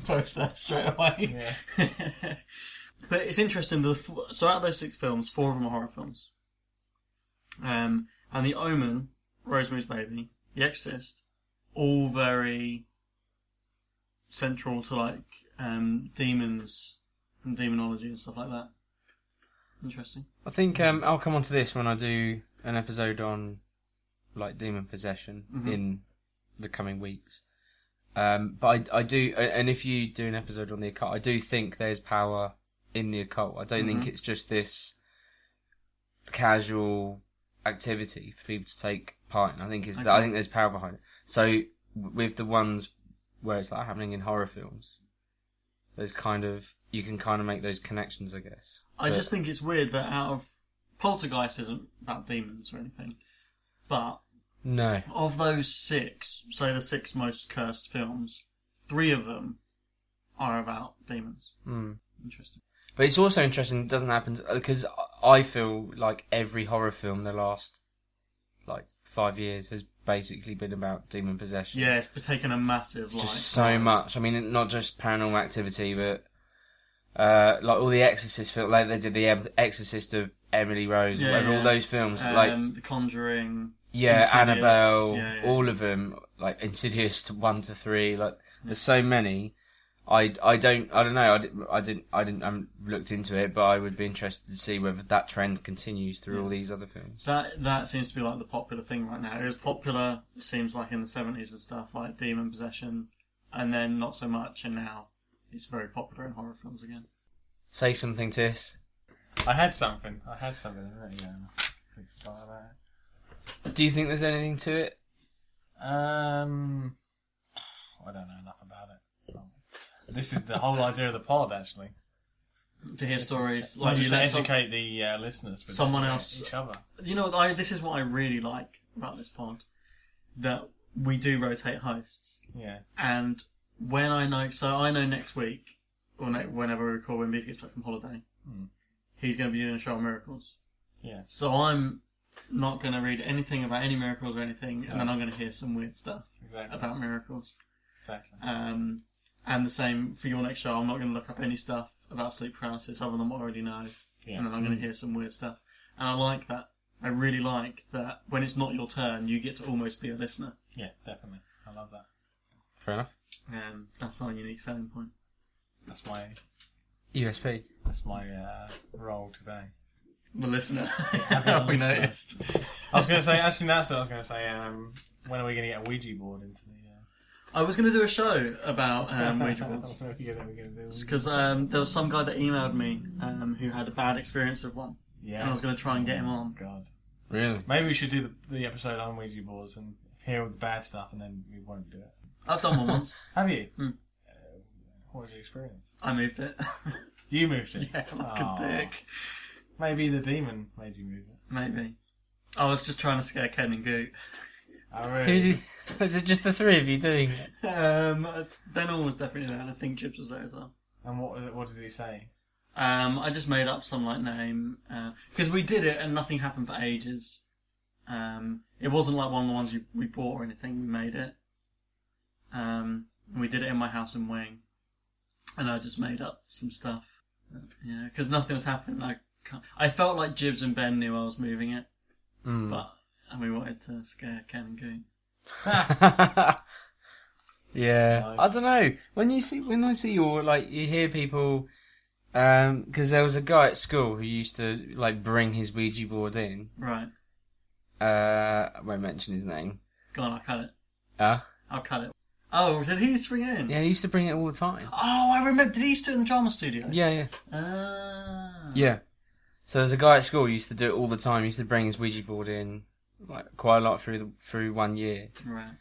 B: Both there straight away. <laughs> but it's interesting. The f- so out of those six films, four of them are horror films. Um, and The Omen, Rosemary's Baby, The Exorcist, all very central to like um, demons and demonology and stuff like that. Interesting.
C: I think um, I'll come on to this when I do an episode on like demon possession
B: Mm-hmm.
C: in the coming weeks. Um, but I, I do, a- and if you do an episode on the occult, I do think there's power in the occult. I don't
B: Mm-hmm.
C: think it's just this casual activity for people to take part in. I think it's that I
B: Okay.
C: think there's power behind it. So w- with the ones where it's like happening in horror films, there's kind of you can kind of make those connections, I guess.
B: I
C: But-
B: just think it's weird that out of Poltergeist isn't about demons or anything, but
C: no.
B: of those six, say the six most cursed films, three of them are about demons.
C: Mm.
B: Interesting.
C: But it's also interesting. It doesn't happen because I feel like every horror film the last like five years has basically been about demon possession.
B: Yeah, it's taken a massive
C: It's
B: like
C: just so much. I mean, not just Paranormal Activity, but uh, like all the Exorcist films. Like they did the Em- Exorcist of Emily Rose,
B: Yeah,
C: whatever,
B: yeah.
C: all those films.
B: Um,
C: like
B: The Conjuring.
C: yeah,
B: Insidious,
C: Annabelle,
B: yeah, yeah.
C: all of them, like Insidious to one to three, like there's so many. I, I don't I don't know I didn't I didn't I didn't um, looked into it, but I would be interested to see whether that trend continues through all these other films.
B: That that seems to be like the popular thing right now. It was popular, it seems like in the seventies and stuff, like demon possession, and then not so much, and now it's very popular in horror films again.
C: Say something, Tis.
E: I had something. I had something. I let you go. Couldn't forget about it.
C: Do you think there's anything to it?
E: Um, I don't know enough about it. This is the whole idea of the pod, actually.
B: To hear stories
E: Like
B: like
E: just
B: you
E: to
B: let some-
E: educate the uh, listeners, but
B: someone
E: educate
B: else-
E: each other.
B: You know, I, this is what I really like about this pod, that we do rotate hosts.
E: Yeah,
B: And when I know, so I know next week, or ne- whenever we record, when Mick gets back from holiday, he's going to be doing a show on miracles.
E: yeah.
B: So I'm not going to read anything about any miracles or anything, and then I'm going to hear some weird stuff
E: Exactly.
B: about miracles.
E: Exactly.
B: Um, and the same for your next show, I'm not going to look up any stuff about sleep paralysis other than what I already know,
E: Yeah.
B: and then I'm going to hear some weird stuff. And I like that. I really like that when it's not your turn, you get to almost be a listener.
E: Yeah, definitely. I love that.
C: Fair enough.
B: Um, that's our unique selling point.
E: That's my
C: USP.
E: that's my uh, role
B: <laughs>
E: today.
B: The
E: <laughs>
B: listener. <laughs>
E: a
B: we
E: listener.
B: noticed.
E: I was going to say actually that's what I was going to say. Um, when are we going to get a Ouija board into the?
B: I was going to do a show about
E: Uh...
B: um,
E: <laughs>
B: Ouija boards
E: When are we gonna- we gonna do one?
B: because um, there was some guy that emailed me um, who had a bad experience with one,
E: yeah.
B: and I was going to try and get him on.
E: God.
C: Really?
E: Maybe we should do the, the episode on Ouija boards and hear all the bad stuff, and then we won't do it.
B: I've done one once.
E: Have you?
B: Hmm.
E: Uh, what was your experience?
B: I moved it. <laughs>
E: You moved it.
B: yeah, like
E: Aw.
B: a dick.
E: Maybe the demon made you move it.
B: Maybe. I was just trying to scare Ken and Goot.
E: I
C: Who <laughs>
E: really.
C: did, was it just the three of you doing it?
B: Um, Benal was definitely there, and I think Chips was there as well.
E: And what what did he say?
B: Um, I just made up some like name because we did it and nothing happened for ages. Um, it wasn't like one of the ones you, we bought or anything. We made it. Um, and we did it in my house in Wing, and I just made up some stuff. Yeah, because nothing was happening. I can't, I felt like Jibs and Ben knew I was moving it,
C: Mm.
B: but and we wanted to scare Ken and Goon.
C: <laughs> yeah, I don't know. When you see when I see your like you hear people, because there was a guy at school who used to like bring his Ouija board in.
B: Right,
C: Uh, I won't mention his name.
B: go on, I'll cut it.
C: Uh,
B: I'll cut it. Oh, did he spring it in?
C: yeah, he used to bring it all the time.
B: Oh, I remember. Did he used to do it in the drama studio?
C: Yeah, yeah,
B: Ah.
C: yeah. So there's a guy at school who used to do it all the time. He used to bring his Ouija board in like quite a lot through the, through one year,
B: Right.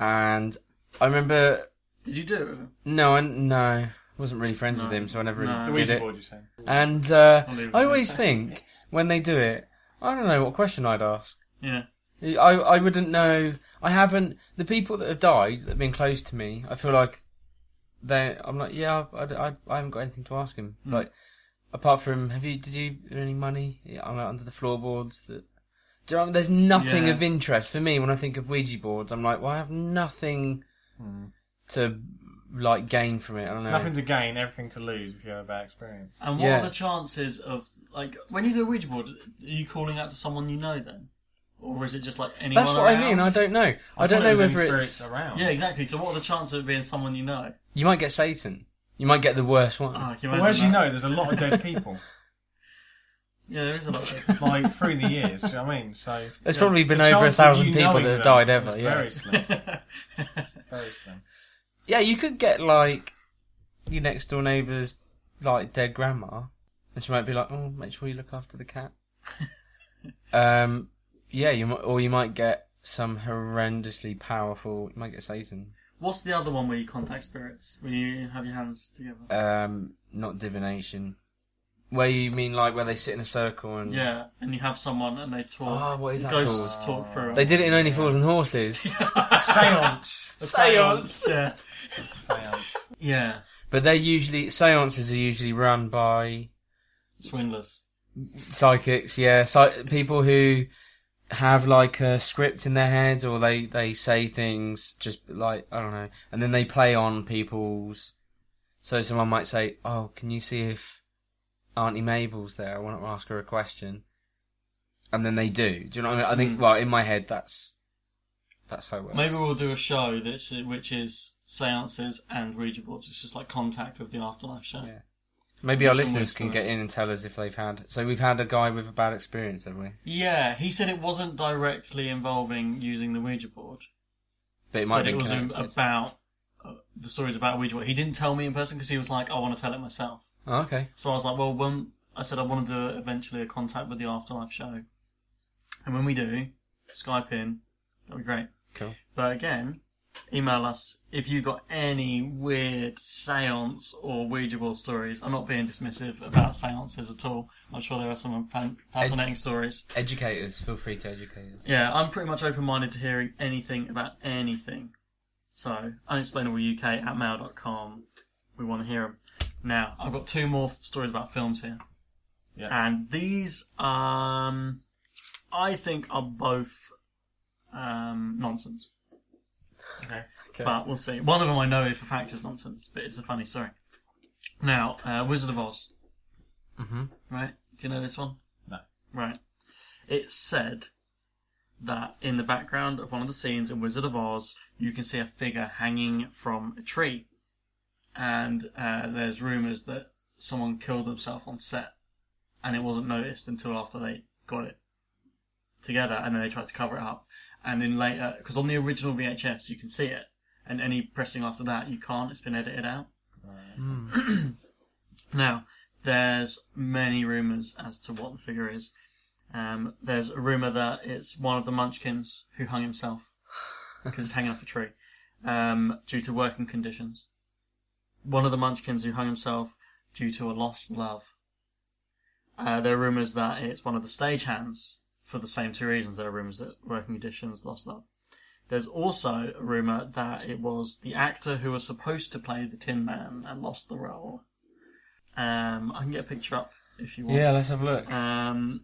C: and I remember
B: Did you do it with him?
C: no, I no, wasn't really friends with him, so I never really
B: No.
E: The
C: did
E: Ouija
C: it.
E: board, you say?
C: And uh,
B: I'll leave it
C: I
B: at
C: always
B: that.
C: think when they do it, I don't know what question I'd ask.
B: Yeah.
C: I I wouldn't know. I haven't. The people that have died that have been close to me, I feel like they. I'm like, yeah, I, I, I haven't got anything to ask him.
B: Hmm.
C: Like, apart from, have you? Did you earn any money? Yeah, I'm out under the floorboards. That. Do you know what I mean? There's nothing
B: Yeah.
C: of interest for me when I think of Ouija boards. I'm like, well, I have nothing
B: Hmm.
C: to like gain from it. I don't know.
E: Nothing to gain, everything to lose if you have a bad experience.
B: And what
C: Yeah.
B: are the chances of like when you do a Ouija board? Are you calling out to someone you know then, or is it just like anyone?
C: That's what I
B: around?
C: mean. I don't know. I,
E: thought
C: don't know
E: there was any
C: whether
E: spirits
C: it's.
E: around.
B: Yeah, exactly. So what are the chances of it being someone you know?
C: You might get Satan. You might get the worst one.
B: Ah, can you
E: Well, as
B: imagine
E: you
B: that?
E: know, there's a lot of dead people,
B: Yeah, there is a lot. Of
E: <laughs> like through the years. Do you know what I mean? So
C: There's
B: yeah.
C: probably been
E: the
C: over a
E: chance of
C: thousand
E: you
C: people
E: knowing
C: that have
E: them
C: died ever.
E: is
C: Yeah.
E: very <laughs> slim, very slim.
C: Yeah, you could get like your next door neighbour's like dead grandma, and she might be like, "Oh, make sure you look after the cat." um, yeah, you might, or you might get some horrendously powerful. You might get Satan.
B: What's the other one where you contact spirits? Where you have your hands together?
C: Um, not divination. Where you mean like where they sit in a circle and
B: yeah, and you have someone and they talk.
C: Ah, what is that
B: Ghosts talk through.
C: they
B: it.
C: did it in
B: <laughs>
C: Only Fools and Horses. <laughs>
E: Seance.
C: Seance.
B: Yeah.
E: Seance.
B: Yeah.
C: But they're usually seances are usually run by
B: Swindlers.
C: psychics yeah psy- people who have like a script in their head or they they say things just like i don't know and then they play on people's so someone might say oh can you see if auntie mabel's there i want to ask her a question and then they do do you know what i mean i think well in my head that's that's how it works
B: Mm. Maybe we'll do a show that's, which is seances and Ouija boards. It's just like contact with the afterlife show.
C: Yeah. Maybe our
B: Some
C: listeners can
B: listeners.
C: get in and tell us if they've had so we've had a guy with a bad experience have we
B: Yeah, he said it wasn't directly involving using the Ouija board,
C: but it might
B: but
C: be
B: it was
C: connected.
B: about uh, the stories about Ouija board. He didn't tell me in person because he was like, "I want to tell it myself."
C: oh, okay
B: So I was like, "Well, when I said I want to do eventually a contact with the afterlife show, and when we do, Skype in, that'd be great."
C: cool
B: But again, email us if you got any weird seance or Ouija board stories. I'm not being dismissive about seances at all. I'm sure there are some fan- fascinating stories.
C: educators feel free to educate us
B: Yeah, I'm pretty much open minded to hearing anything about anything. So, unexplainableuk at mail.com. We want to hear them. Now, I've got two more f- stories about films here.
E: Yeah.
B: And these, um, I think are both um, nonsense.
E: Okay.
B: But we'll see. One of them I know for a fact is nonsense, but it's a funny story. Now, uh, Wizard of Oz. Mm-hmm. Right? Do you know this one?
E: No.
B: Right. It said that in the background of one of the scenes in Wizard of Oz, you can see a figure hanging from a tree. And uh, there's rumours that someone killed himself on set, and it wasn't noticed until after they got it together, and then they tried to cover it up. And in later, because on the original VHS, you can see it, and any pressing after that, you can't. It's been edited out. <clears throat> now, there's many rumours as to what the figure is. Um, there's a rumor that it's one of the Munchkins who hung himself because it's hanging off a tree um, due to working conditions. One of the Munchkins who hung himself due to a lost love. Uh, there are rumors that it's one of the stagehands for the same two reasons. There are rumors that working conditions, lost love. There's also a rumour that it was the actor who was supposed to play the Tin Man and lost the role. Um, I can get a picture up if you want.
C: Yeah, let's have a look.
B: Um,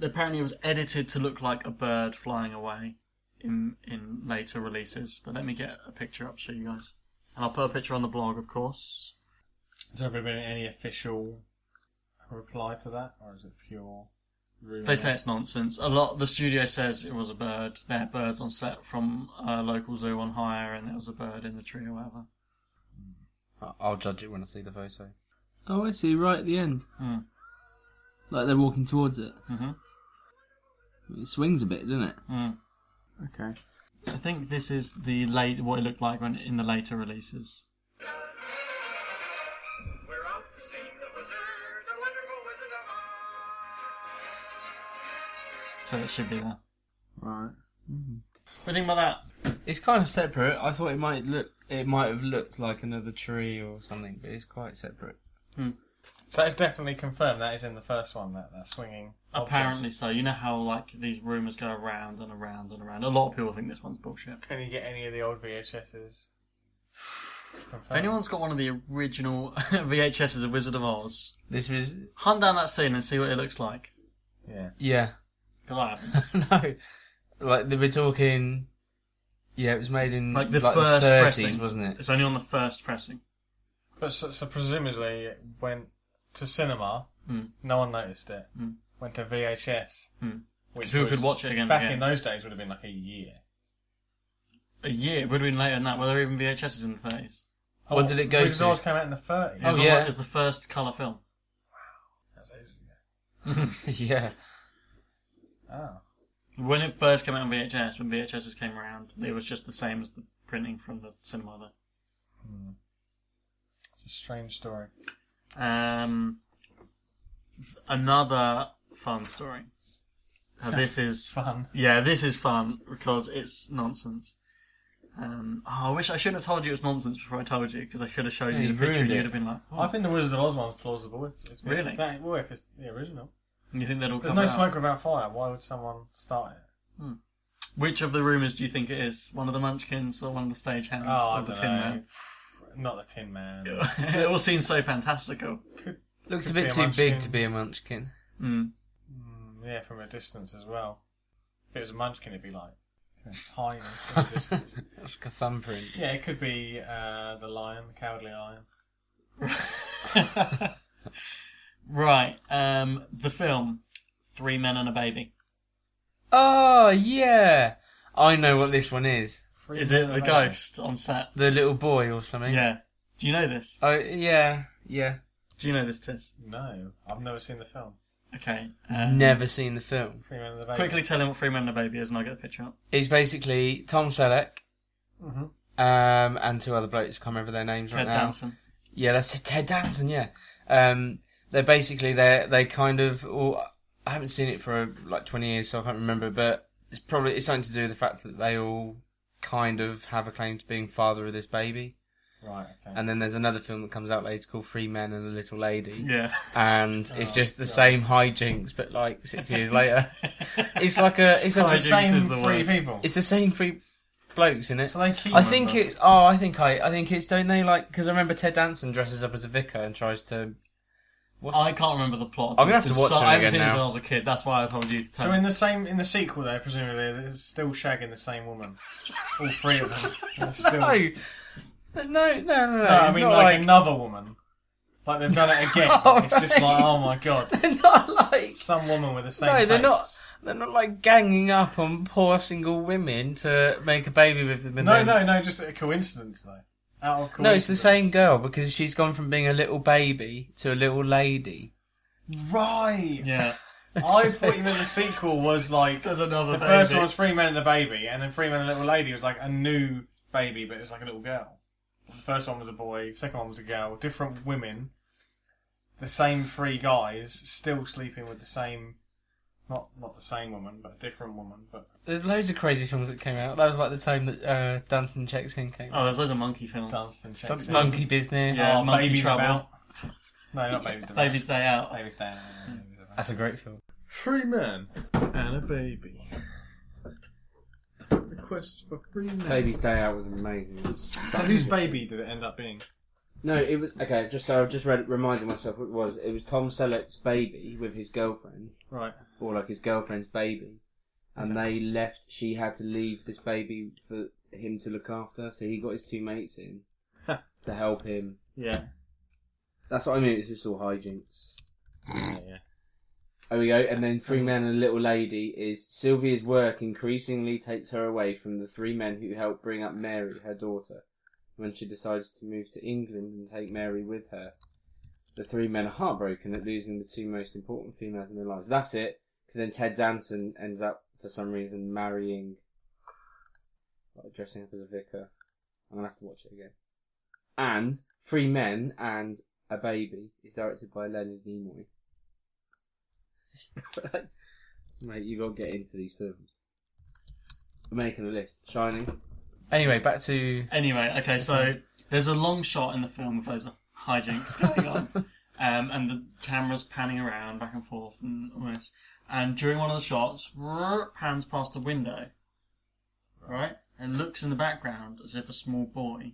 B: apparently, it was edited to look like a bird flying away in in later releases. But let me get a picture up, show you guys, and I'll put a picture on the blog, of course.
E: Has there been any official reply to that, or is it pure rumour?
B: They say it's nonsense. A lot. The studio says it was a bird. They had birds on set from a local zoo on hire, and there was a bird in the tree or whatever.
C: I- I'll judge it when I see the photo.
H: Oh, I see. Right at the end,
B: Hmm.
H: like they're walking towards it.
B: Mhm.
C: Mm-hmm.
H: It swings a bit, doesn't it?
B: Hmm.
D: Okay.
B: I think this is the late what it looked like when in the later releases.
F: We're out to see the wizard, the wonderful wizard of
B: So it should be there.
D: Right. Hmm.
B: What do you think about that?
C: It's kind of separate. I thought it might look, it might have looked like another tree or something, but it's quite separate.
E: So that is definitely confirmed. That is in the first one. That that swinging. object.
B: Apparently so. You know how like these rumors go around and around and around. A lot of people think this one's bullshit.
E: Can you get any of the old VHSs? to confirm?
B: If anyone's got one of the original <laughs> VHSs of Wizard of Oz,
C: This was,
B: hunt down that scene and see what it looks like.
E: Yeah.
C: yeah, <laughs>
B: 'Cause I haven't.
C: no, like they were talking. Yeah, it was made
B: <laughs>
C: in
B: Like the first
C: 30s,
B: pressing,
C: wasn't it?
B: It's only on the first pressing.
E: But so, so presumably it went to cinema.
B: Mm.
E: No one noticed it.
B: Mm.
E: Went to VHS.
B: Mm.
E: which
B: people could
E: was-
B: watch it again and
E: hmm. Back
B: again.
E: in those days, would have been like a year.
B: A year it would have been later than that. Were there even VHSs in the thirties?
C: What did it go
E: Wizard
C: to?
E: of Oz came out in the thirties.
C: Oh, yeah.
B: It's the first color film.
E: That's ages ago.
C: <laughs> yeah,
E: Oh.
B: When it first came out on VHS, when VHSs came around, it was just the same as the printing from the cinema. Though.
E: It's a strange story.
B: Um, another fun story. Now, this is
E: Fun.
B: Yeah, this is fun because it's nonsense. Um, oh, I wish I shouldn't have told you it was nonsense before I told you because I could have showed
C: Yeah,
B: you
C: you
B: the picture
C: ruined
B: and
C: it.
B: you'd have been like, oh.
E: I think the Wizard of Oz one's plausible. If it's
B: Really?
E: If that, well, if it's the original.
B: you think that'll
E: There's
B: come out.
E: no smoke without fire. Why would someone start it?
B: Which of the rumours do you think it is? One of the Munchkins or one of the stagehands
E: Oh, I
B: or the
E: dunno.
B: Tin Man?
E: <sighs> Not the Tin Man.
B: <laughs> it all seems so fantastical.
C: looks
E: Could
C: a
E: be
C: bit
E: a
C: too big
E: munchkin.
C: to be a munchkin.
E: <laughs>
B: Mm.
E: Mm, yeah, from a distance as well. If it was a munchkin, it'd be like tiny from a
B: <laughs>
E: distance.
C: That's like a thumbprint.
E: yeah, it could be uh, the lion, the cowardly lion.
B: Right, um, the film Three Men and a Baby.
C: Oh yeah, I know what this one is.
E: Three
B: Is it
E: men
B: the
E: and a man.
B: ghost on set?
C: The little boy or something.
B: Yeah. Do you know this?
C: Oh yeah, yeah.
B: Do you know this, Tis?
E: No, I've never seen the film.
B: Okay. Um,
C: Never seen the film.
E: Three Men and the Baby.
B: Quickly tell him what Three Men and a Baby is, and I'll get a picture up.
C: It's basically Tom Selleck
E: Mhm.
C: um, and two other blokes. Can't remember their names
B: Mm-hmm. Ted
C: right now.
B: Danson.
C: Yeah, that's it, Ted Danson. Yeah, um, they're basically they they kind of. All, I haven't seen it for like twenty years, so I can't remember. But it's probably it's something to do with the fact that they all kind of have a claim to being father of this baby.
E: Right. Okay.
C: And then there's another film that comes out later called Three Men and a Little Lady,
B: Yeah. Oh,
C: and it's just the same hijinks, but like six
B: <laughs>
C: years later, it's like a it's like <laughs> the
B: Hijinks
C: same
B: is the
E: Three
B: word.
E: people.
C: it's the same three blokes in it.
E: So they keep.
C: I think it's oh, I think I I think it's don't they like because I remember Ted Danson dresses up as a vicar and tries to. What's
B: I can't remember the plot.
C: I'm gonna have to watch
B: so,
C: it
B: I haven't
C: again
B: seen it
C: now.
B: since I was a kid. That's why I told you to tell.
E: So in
B: me.
E: the same in the sequel, though, presumably there's still shagging the same woman. All three
C: <laughs>
E: of them. They're Still...
C: no, there's no no no no.
E: No, I
C: it's
E: mean
C: not
E: like,
C: like, <laughs>
E: another woman. Like they've done it again. it's just like, oh my god,
C: they're not like
E: some woman with the same.
C: no, they're not.
E: tastes.
C: They're not like ganging up on poor single women to make a baby with them. and
E: No,
C: then-
E: no, no. Just a coincidence, though. Out of coincidence.
C: No, it's the same girl because she's gone from being a little baby to a little lady.
E: Right.
B: yeah, <laughs>
E: I thought you meant the sequel was like
B: there's another
E: the
B: baby.
E: first one was Three Men and a Baby, and then Three Men and a Little Lady was like a new baby, but it was like a little girl. The first one was a boy, second one was a girl, different women, the same three guys, still sleeping with the same, not not the same woman, but a different woman. But
C: There's loads of crazy films that came out. That was like the time that uh, Danson checks in came. out.
B: Oh, there's loads of monkey films.
E: Dunstan checks in.
C: Monkey business.
B: Yeah,
E: Oh,
B: Monkey
E: Baby's
B: Trouble.
E: About. No, not Baby's About.
B: Baby's Day Out.
E: Baby's Down.
C: That's a great film.
D: Three men and a baby.
E: requests for free men.
C: Baby's Day Out was amazing. It was
E: So
C: such
E: whose
C: a-
E: baby did it end up being?
C: No, it was okay. Just so I've just read, reminded myself what it was. It was Tom Selleck's baby with his girlfriend,
E: Right.
C: or like his girlfriend's baby, and they left. She had to leave this baby for him to look after, so he got his two mates in to help him.
E: Yeah.
C: That's what I mean. It's just all hijinks.
E: Yeah. yeah. Um,
C: There we go. And then three men and a little lady is Sylvia's work increasingly takes her away from the three men who helped bring up Mary, her daughter, when she decides to move to England and take Mary with her. The three men are heartbroken at losing the two most important females in their lives. That's it. Because then Ted Danson ends up, for some reason, marrying, like, dressing up as a vicar. I'm gonna have to watch it again. And Three Men and a Baby is directed by Leonard Nimoy. <laughs> Mate, you gotta get into these films. We're making a list. Shining.
B: Anyway,
C: back to
B: Anyway, okay, so there's a long shot in the film with loads of hijinks going on, um, and the camera's panning around back and forth and all this. And during one of the shots, pans past the window, right, and looks in the background as if a small boy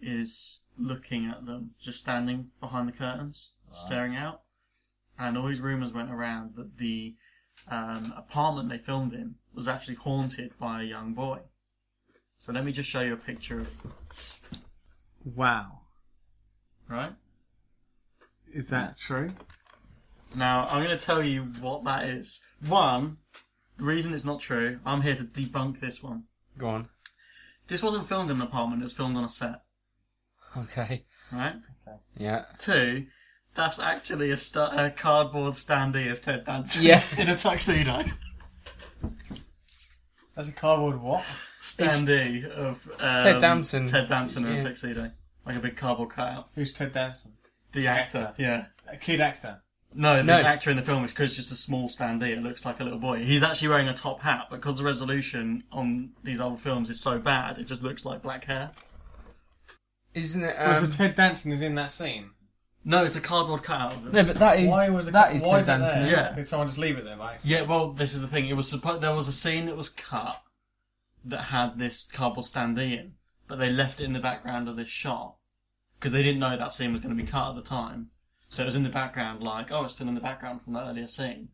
B: is looking at them, just standing behind the curtains, staring out. And all these rumours went around that the um, apartment they filmed in was actually haunted by a young boy. So let me just show you a picture of
E: Wow.
B: right?
E: Is that true?
B: Now, I'm going to tell you what that is. One, the reason it's not true, I'm here to debunk this one.
C: Go on.
B: This wasn't filmed in an apartment, it was filmed on a set,
C: Okay.
B: right?
C: Yeah.
B: Two, that's actually a, sta a cardboard standee of Ted Danson
C: Yeah.
B: <laughs> in a tuxedo.
E: That's a cardboard what?
B: Standee of um,
C: Ted Danson.
B: Ted Danson in
C: Yeah.
B: a tuxedo, like a big cardboard cutout.
E: Who's Ted Danson?
B: The actor, yeah.
E: A kid actor.
B: No, the
C: No.
B: actor in the film is because just a small standee. It looks like a little boy. He's actually wearing a top hat because the resolution on these old films is so bad. It just looks like black hair.
C: Isn't it?
E: Oh,
C: Um,
E: so Ted Danson is in that scene.
B: No, it's a cardboard cutout of it.
C: no, but that is
E: Why was it,
C: that is
E: why
C: Ted
E: is it
C: Danson. isn't
E: there?
C: it?
B: Yeah.
E: Did someone just leave it there by accident?
B: Yeah, well, this is the thing. It was supposed there was a scene that was cut that had this cardboard standee in, but they left it in the background of this shot because they didn't know that scene was going to be cut at the time. So it was in the background, like, oh, it's still in the background from that earlier scene.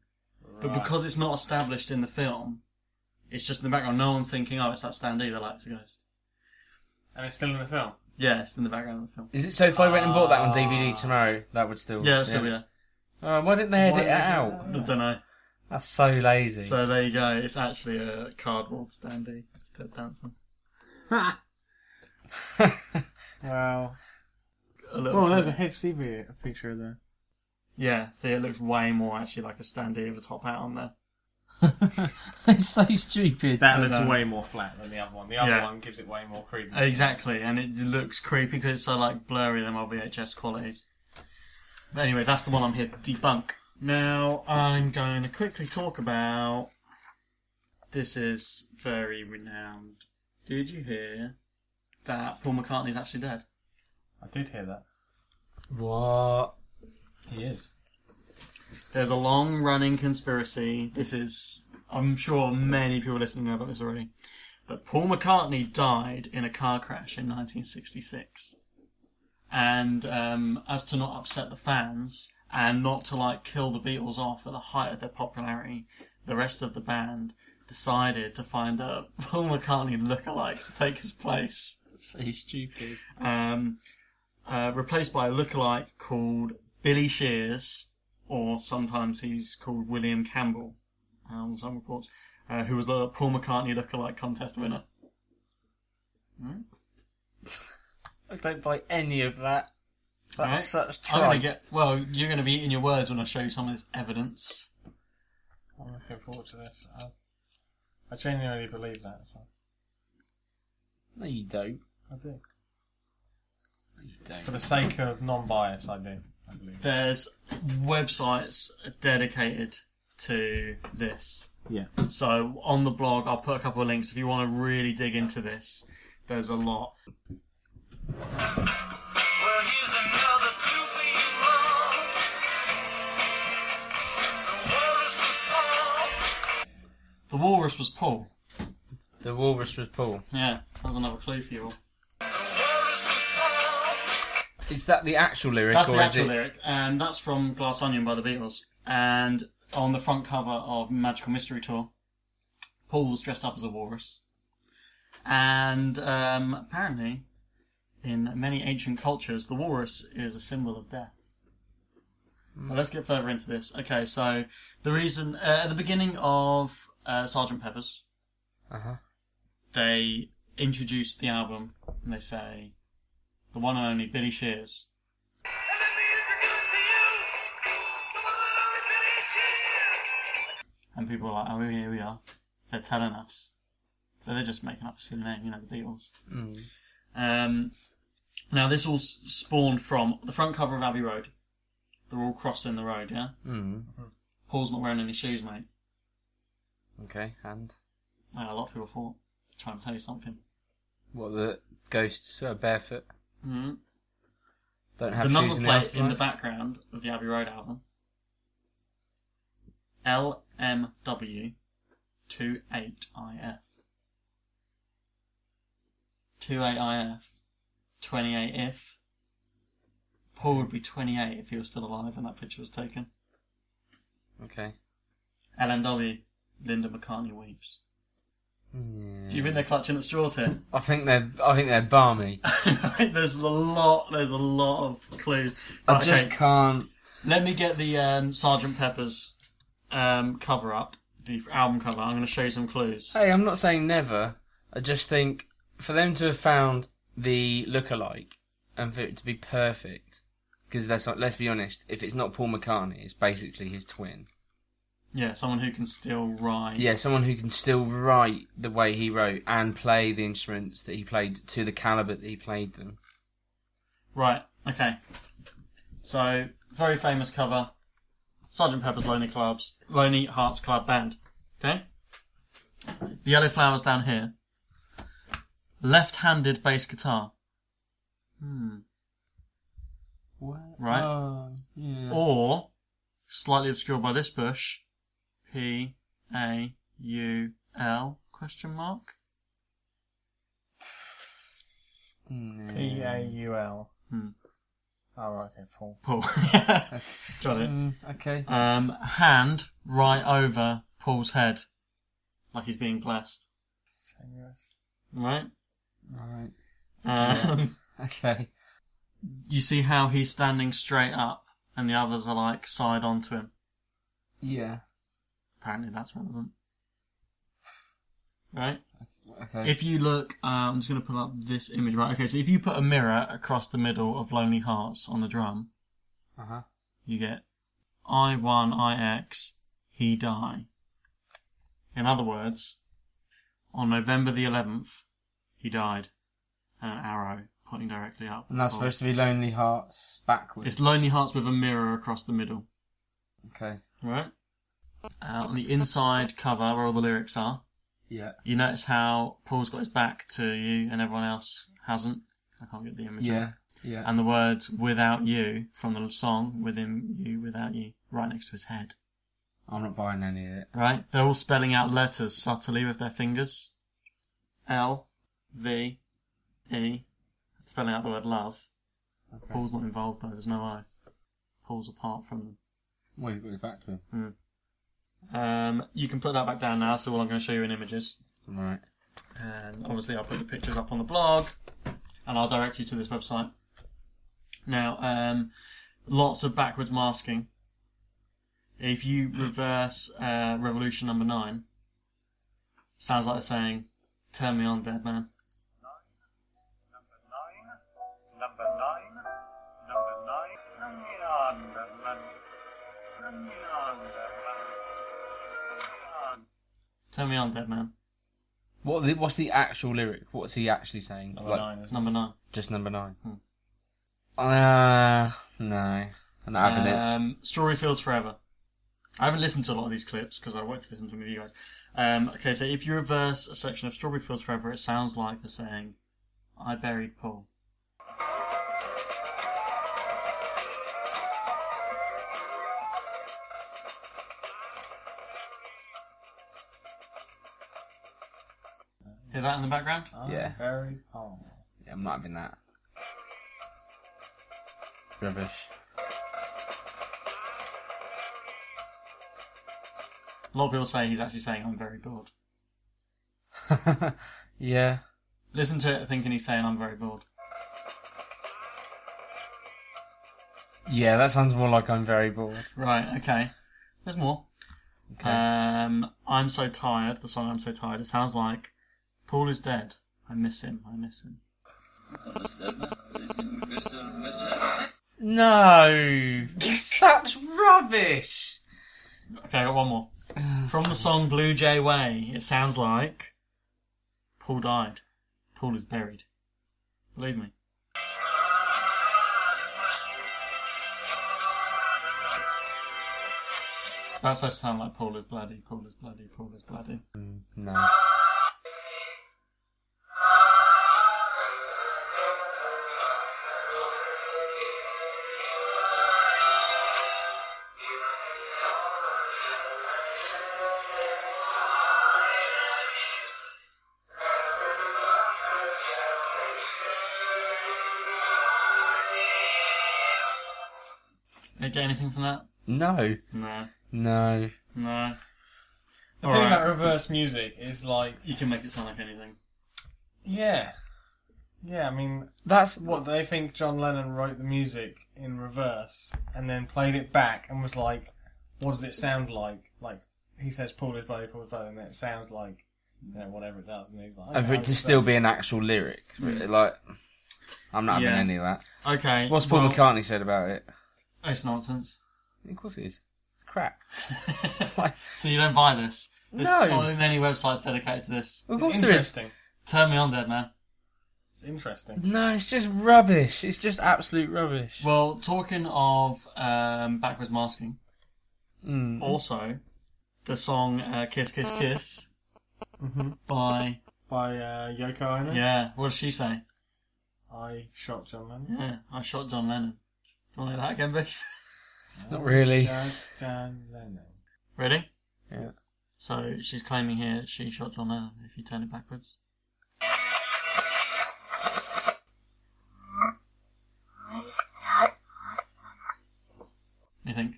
B: But because it's not established in the film, it's just in the background. No one's thinking, oh, it's that standee. They're like, it's a ghost.
E: And it's still in the film.
B: Yeah, it's in the background of the film.
C: Is it so? If I went and bought that on DVD tomorrow, that would still.
B: Ah. Yeah, it's still there.
C: Oh, why didn't they edit
E: Why
C: it
E: did they
C: out?
B: I don't know.
C: That's so lazy. <laughs>
B: So there you go. It's actually a cardboard standee. Ted Danson.
E: Wow.
B: A little
E: Oh,
B: bit.
E: there's a HCV picture there.
B: Yeah, see, it looks way more actually like a standee with a top hat on there.
H: <laughs> It's so stupid.
E: That looks
B: looks
E: way more flat than the other one. The
B: other
E: other
B: um, Yeah. one
E: one gives it way more credence.
B: Exactly, and it looks creepy because it's so like blurry than my VHS qualities. But anyway, that's the one I'm here to debunk. Now I'm going to quickly talk about. This is very renowned. Did you hear that Paul McCartney's actually dead?
E: I did hear that.
C: what?
E: He is.
B: There's a long running conspiracy. This is, I'm sure many people listening know about this already. But Paul McCartney died in a car crash in 1966. And um, as to not upset the fans and not to like kill the Beatles off at the height of their popularity, the rest of the band decided to find a <laughs> Paul McCartney lookalike to take his place
H: so stupid.
B: um, uh, replaced by a lookalike called Billy Shears, or sometimes he's called William Campbell, uh, on some reports, uh, who was the Paul McCartney lookalike contest winner.
C: I don't buy any of that.
B: Right?
C: That's such
B: I'm gonna
C: trite.
B: get well. You're gonna be eating your words when I show you some of this evidence.
E: I'm looking forward to this. I, I genuinely believe that. So.
C: No, you don't.
E: I do.
C: You
E: For
C: don't.
E: the sake of non-bias, I do. I believe.
B: There's websites dedicated to this.
E: Yeah.
B: So on the blog, I'll put a couple of links if you want to really dig into this. There's a lot.
F: Well, here's another two for you, Mom. The walrus was born.
B: The walrus was Paul.
C: The The walrus was Paul.
B: Yeah, that's another clue for you all.
C: Is that the actual lyric
B: That's
C: or
B: the actual
C: is it?
B: lyric, and that's from Glass Onion by the Beatles. And on the front cover of Magical Mystery Tour, Paul's dressed up as a walrus. And um, apparently, in many ancient cultures, the walrus is a symbol of death. Well, let's get further into this. Okay, so the reason uh, at the beginning of uh, Sergeant Pepper's,
C: Uh-huh.
B: they introduce the album and they say, "The one and only Billy Shears." And people are like, "Oh, here we are." They're telling us, but they're just making up a silly name, you know, the Beatles.
C: Mm.
B: Um, now, this all s- spawned from the front cover of Abbey Road. They're all crossing the road, yeah?
C: Mm.
B: Paul's not wearing any shoes, mate.
C: Okay, and
B: Well, a lot of people thought, trying to tell you something.
C: what the ghosts are barefoot?
B: hmm
C: Don't
B: The
C: have
B: number
C: shoes in the
B: plate in the
C: afterlife?
B: background of the Abbey Road album LMW28IF. 28IF. 28 if. Paul would be 28 if he was still alive when that picture was taken.
C: Okay.
B: LMW, Linda McCartney weeps. Do you think they're clutching at straws here? <laughs>
C: I think they're. I think they're balmy.
B: there's a lot. There's a lot of clues.
C: I
B: Right,
C: just
B: okay.
C: can't.
B: Let me get the um, Sergeant Pepper's um, cover up, the album cover. I'm going to show you some clues.
C: Hey, I'm not saying never. I just think for them to have found the lookalike and for it to be perfect, because let's let's be honest, if it's not Paul McCartney, it's basically his twin.
B: Yeah, someone who can still rhyme.
C: Yeah, someone who can still write the way he wrote and play the instruments that he played to the caliber that he played them.
B: Right. Okay. So very famous cover, Sergeant Pepper's Lonely Clubs, Lonely Hearts Club Band. Okay. The yellow flowers down here. Left-handed bass guitar. Hmm. Right.
H: Oh, yeah.
B: Or slightly obscured by this bush, P A U L question mark.
C: Mm,
E: P A U L.
B: Hmm.
E: Oh, right, okay, Paul.
B: Paul. <laughs> Got it.
C: Mm, okay.
B: Um, hand right over Paul's head, like he's being blessed. Right.
C: Alright.
B: Um,
C: Okay.
B: you see how he's standing straight up, and the others are like side onto him.
C: Yeah.
B: Apparently, that's relevant. Right.
C: Okay.
B: If you look, uh, I'm just going to pull up this image. Right. Okay. So if you put a mirror across the middle of Lonely Hearts on the drum,
C: Uh huh.
B: you get I one I X he die. In other words, on November the 11th, he died, and an arrow pointing directly up.
C: And that's supposed to be Lonely Hearts backwards.
B: Oh. It's Lonely Hearts with a mirror across the middle,
C: okay.
B: right? Uh, on the inside cover, where all the lyrics are,
C: Yeah.
B: you notice how Paul's got his back to you and everyone else hasn't. I can't get the image. up.
C: Yeah. Yeah.
B: And the words "without you" from the song "Within You, Without You" right next to his head.
C: I'm not buying any of it.
B: Right? They're all spelling out letters subtly with their fingers. L, V, E. Spelling out the word love.
C: Okay.
B: Paul's not involved though, there's no I. Paul's apart from
C: Well, he's got his back to him.
B: them. Hmm. Um, you can put that back down now, so all I'm going to show you in images.
C: Right.
B: And obviously, I'll put the pictures up on the blog and I'll direct you to this website. Now, um, lots of backwards masking. If you reverse uh, Revolution number nine, sounds like they're saying, Turn me on, dead man.
A: Number nine. Number nine. Number nine. Number nine.
B: Turn me on, dead man.
C: What the, what's the actual lyric? What's he actually saying?
E: Number
C: Like,
E: nine. Isn't
B: Number nine.
C: Just number nine.
B: Hmm.
C: Ah, no, I'm not having it.
B: um, Strawberry Fields Forever. I haven't listened to a lot of these clips because I wait to listen to them with you guys. Um, okay, so if you reverse a section of Strawberry Fields Forever, it sounds like they're saying, I buried Paul. Hear that in the background?
C: Yeah.
E: Very. Oh.
C: Yeah, it might have been that. Rubbish. <laughs>
B: A lot of people say he's actually saying, I'm very bored.
C: Yeah.
B: Listen to it thinking he's saying, I'm very bored.
C: Yeah, that sounds more like I'm very bored.
B: Right, okay. There's more. Um, I'm so tired. The song I'm so tired. It sounds like Paul is dead. I miss him. I miss him.
C: No! Such rubbish!
B: Okay, I got one more. From the song Blue Jay Way, it sounds like Paul died. Paul is buried. Believe me. That's supposed to sound like Paul is bloody, Paul is bloody, Paul is bloody.
C: No.
B: Did you get anything from that?
C: No.
B: No.
C: No.
B: No.
E: The
B: All
E: thing
B: right.
E: about reverse music is like,
B: You can make it sound like anything.
E: yeah, yeah. I mean,
C: That's
E: what they think John Lennon wrote the music in reverse and then played it back and was like, "What does it sound like?" Like he says, "Paul is bloody, Paul is bloody," and then it sounds like, you know, whatever it does. And he's like,
C: And for
E: "Okay, uh,
C: it to
E: that's
C: still
E: that."
C: be an actual lyric. really, Like, I'm not having
B: Yeah.
C: any of that.
B: Okay.
C: What's Paul
B: well,
C: McCartney said about it?
B: It's
C: <laughs>
B: nonsense.
C: Of course it is. It's crap.
B: so you don't buy this. There's
C: No.
B: so many websites dedicated to this.
C: Of
E: It's
C: course there is.
E: interesting.
B: Turn me on, dead man.
E: It's interesting.
C: No, it's just rubbish. It's just absolute rubbish.
B: Well, talking of um, backwards masking,
C: Mm.
B: also the song uh, "Kiss Kiss Kiss"
C: Mm-hmm.
B: by
E: By uh, Yoko Ono.
B: yeah. What does she say?
E: I shot John Lennon.
B: Yeah, I shot John Lennon. Do you want to hear that again, Vic? <laughs>
C: Not really.
E: Shot John Lennon.
B: Ready?
C: Yeah.
B: So she's claiming here she shot John Lennon. If you turn it backwards. You think?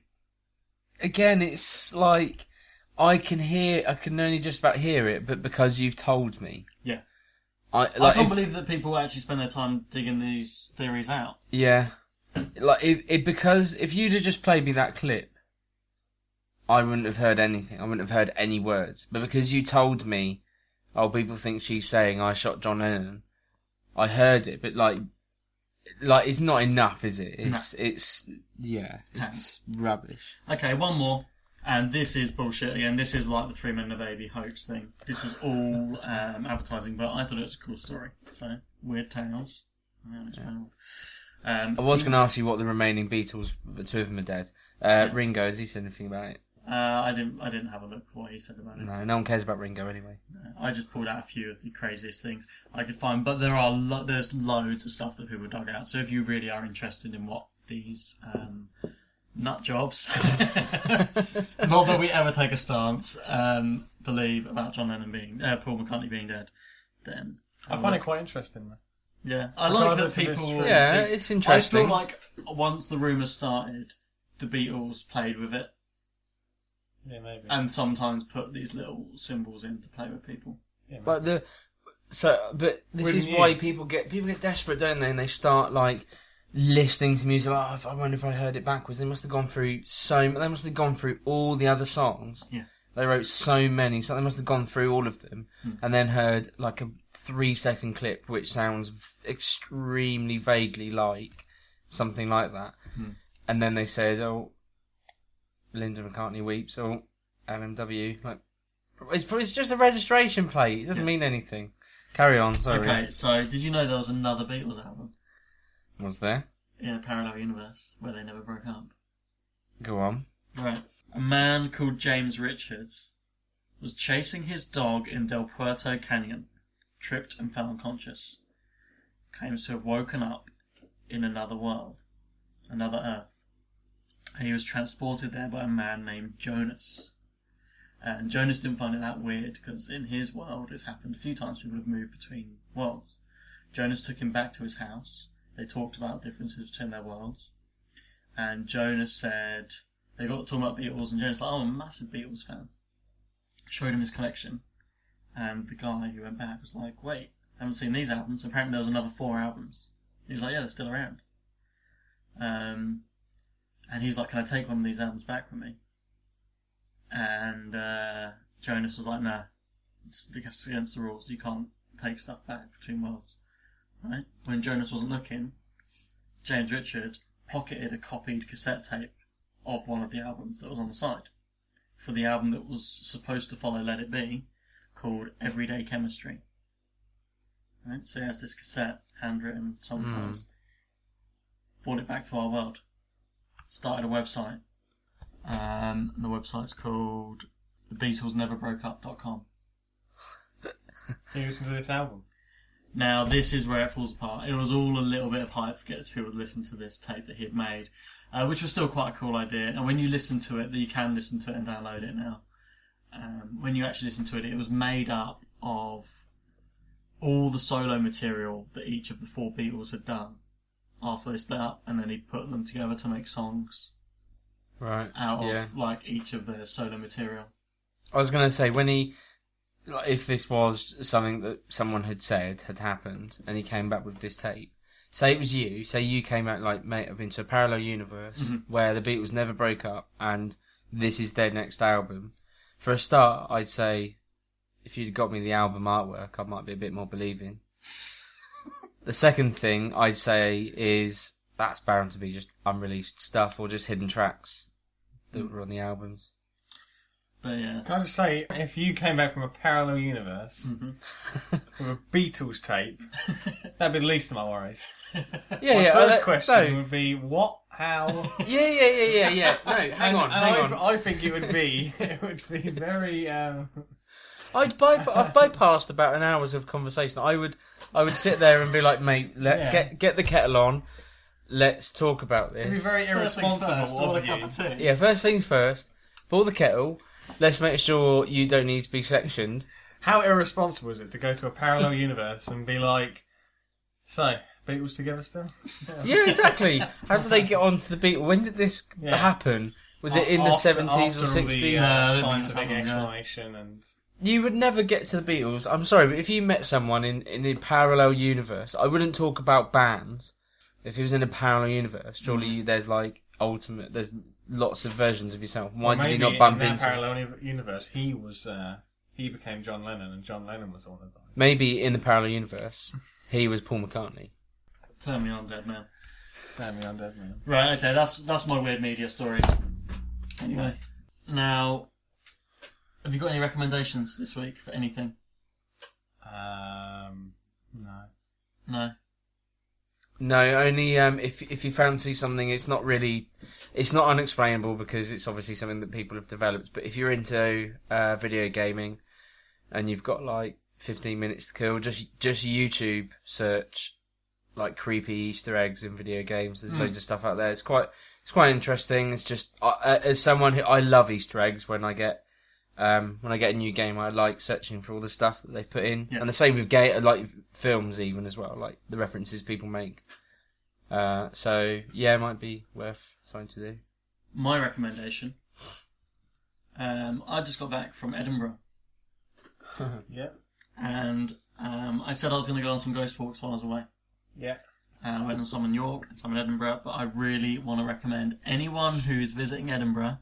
C: Again, it's like I can hear. I can only just about hear it, but because you've told me,
B: Yeah.
C: I like.
B: I can't
C: if-
B: believe that people actually spend their time digging these theories out.
C: Yeah. Like it, it because if you'd have just played me that clip, I wouldn't have heard anything. I wouldn't have heard any words. But because you told me, oh, people think she's saying I shot John Lennon. I heard it, but like, like it's not enough, is it? It's it's yeah, it's rubbish.
B: Okay, one more. And this is bullshit again. This is like the Three Men and a Baby hoax thing. This was all um, advertising, but I thought it was a cool story. So, Weird Tales. Yeah, it's been- Um,
C: I was going to ask you what the remaining Beatles, but two of them are dead. Uh, Ringo, has he said anything about it?
B: Uh, I didn't. I didn't have a look at what he said about it.
C: No, no one cares about Ringo anyway.
B: I just pulled out a few of the craziest things I could find, but there are lo- there's loads of stuff that people dug out. So if you really are interested in what these um, nut jobs, <laughs> not that we ever take a stance, um, believe about John Lennon being uh, Paul McCartney being dead, then
E: I find it quite interesting. though.
B: yeah, I like that
E: Regardless if it's
B: people.
E: true.
C: Yeah, it's interesting.
B: I feel like once the rumor started, the Beatles played with it
E: Yeah, maybe.
B: and sometimes put these little symbols in to play with people.
C: But the so but this
E: Wouldn't
C: is
E: you?
C: why people get people get desperate, don't they? And they start like listening to music. Like, oh, if- I wonder if I heard it backwards. They must have gone through so. They must have gone through all the other songs.
B: Yeah.
C: They wrote so many, so they must have gone through all of them
B: Hmm.
C: and then heard like a three-second clip, which sounds v- extremely vaguely like something like that.
B: Hmm.
C: And then they said, "Oh, Linda McCartney weeps." oh, Or LMW. Like, it's, pro- it's just a registration plate. It doesn't mean anything. Carry on. Sorry.
B: Okay, so did you know there was another Beatles album
C: Was there?
B: in a parallel universe where they never broke up?
C: Go on.
B: Right. A man called James Richards was chasing his dog in Del Puerto Canyon, tripped and fell unconscious. Claims to have woken up in another world, another Earth. And he was transported there by a man named Jonas. And Jonas didn't find it that weird because in his world it's happened a few times. People have moved between worlds. Jonas took him back to his house. They talked about differences between their worlds. And Jonas said they got talking about Beatles, and Jonas like, oh, I'm a massive Beatles fan. Showed him his collection, and the guy who went back was like, wait, I haven't seen these albums. Apparently, there was another four albums. He was like, yeah, they're still around. Um, and he was like, can I take one of these albums back from me? And uh, Jonas was like, no, it's it's against the rules. You can't take stuff back between worlds. Right? When Jonas wasn't looking, James Richard pocketed a copied cassette tape of one of the albums that was on the side for the album that was supposed to follow Let It Be called Everyday Chemistry. Right? So he has this cassette, handwritten sometimes. Brought it back to our world. Started a website. Um, and the website's called thebeatlesneverbroakeup.com.
E: He listened to this album.
B: Now, this is where it falls apart. It was all a little bit of hype to get people to listen to this tape that he had made, uh, which was still quite a cool idea. And when you listen to it, you can listen to it and download it now. Um, when you actually listen to it, it was made up of all the solo material that each of the four Beatles had done after they split up, and then he put them together to make songs
C: Right.
B: out
C: yeah.
B: of like each of their solo material.
C: I was going to say when he, like, if this was something that someone had said had happened, and he came back with this tape. Say it was you. Say you came out like, mate, I've been to a parallel universe
B: Mhm.
E: Mm-hmm.
C: where the Beatles never broke up, and this is their next album. For a start, I'd say, if you'd got me the album artwork, I might be a bit more believing. the second thing I'd say is that's bound to be just unreleased stuff or just hidden tracks that
E: Mm.
C: were on the albums.
B: But yeah,
E: Can I just say, if you came back from a parallel universe
C: Mm-hmm.
E: with a
C: <laughs>
E: Beatles tape, that'd be the least of my worries.
C: Yeah,
E: my
C: yeah,
E: First
C: uh,
E: question
C: no.
E: would be what, how?
C: Yeah, yeah, yeah, yeah,
E: <laughs>
C: yeah. No, hang
E: And-
C: on,
E: and
C: hang
E: I,
C: on.
E: I think it would be it would be very.
C: <laughs>
E: Um,
C: I'd by, I've bypassed about an hour's of conversation. I would, I would sit there and be like, mate, let
E: Yeah.
C: get get the kettle on. Let's talk about this.
E: it'd be very
B: first,
E: irresponsible
B: order
E: of
B: a
E: you.
B: cup of tea.
C: Yeah, first things first. Boil the kettle. Let's make sure you don't need to be sectioned.
E: How irresponsible is it to go to
C: <laughs>
E: a parallel universe and be like, so Beatles together still?
C: Yeah, exactly. How did they get onto the beat? When did this
E: Yeah.
C: happen? Was it in the
E: After-
C: seventies
E: after all
C: or
E: the,
C: sixties?
E: uh,
B: Yeah, that'd be
E: scientific
B: something, yeah.
E: explanation and
C: You would never get to the Beatles. I'm sorry, but if you met someone in, in a parallel universe, I wouldn't talk about bands. If he was in a parallel universe, surely
E: Hmm.
C: you, there's like ultimate, there's lots of versions of yourself. Why did
E: maybe
C: he not bump
E: in that
C: into?
E: parallel uni- universe? He was uh, he became John Lennon, and John Lennon was the one that died.
C: Maybe in the parallel universe, he was Paul McCartney.
B: Turn me on, dead man.
E: Damn me undead man.
B: Right, okay, that's that's my weird media stories. Anyway, now, have you got any recommendations this week for anything?
E: Um, no.
B: No.
C: No, only um, if if you fancy something, it's not really, it's not unexplainable because it's obviously something that people have developed. But if you're into uh, video gaming, and you've got like 15 minutes to kill, just just YouTube search like creepy Easter eggs in video games. There's loads of stuff out there. It's quite it's quite interesting. It's just I- I, as someone who I love Easter eggs when I get um, when I get a new game, I like searching for all the stuff that they put in,
B: Yeah.
C: and the same with gay like films even as well, like the references people make. Uh, so yeah, it might be worth something to do.
B: My recommendation. Um, I just got back from Edinburgh,
E: Yep.
B: and um, I said I was going to go on some ghost walks while I was away.
E: Yep.
B: and Uh, I went on some in York and some in Edinburgh. But I really want to recommend anyone who's visiting Edinburgh.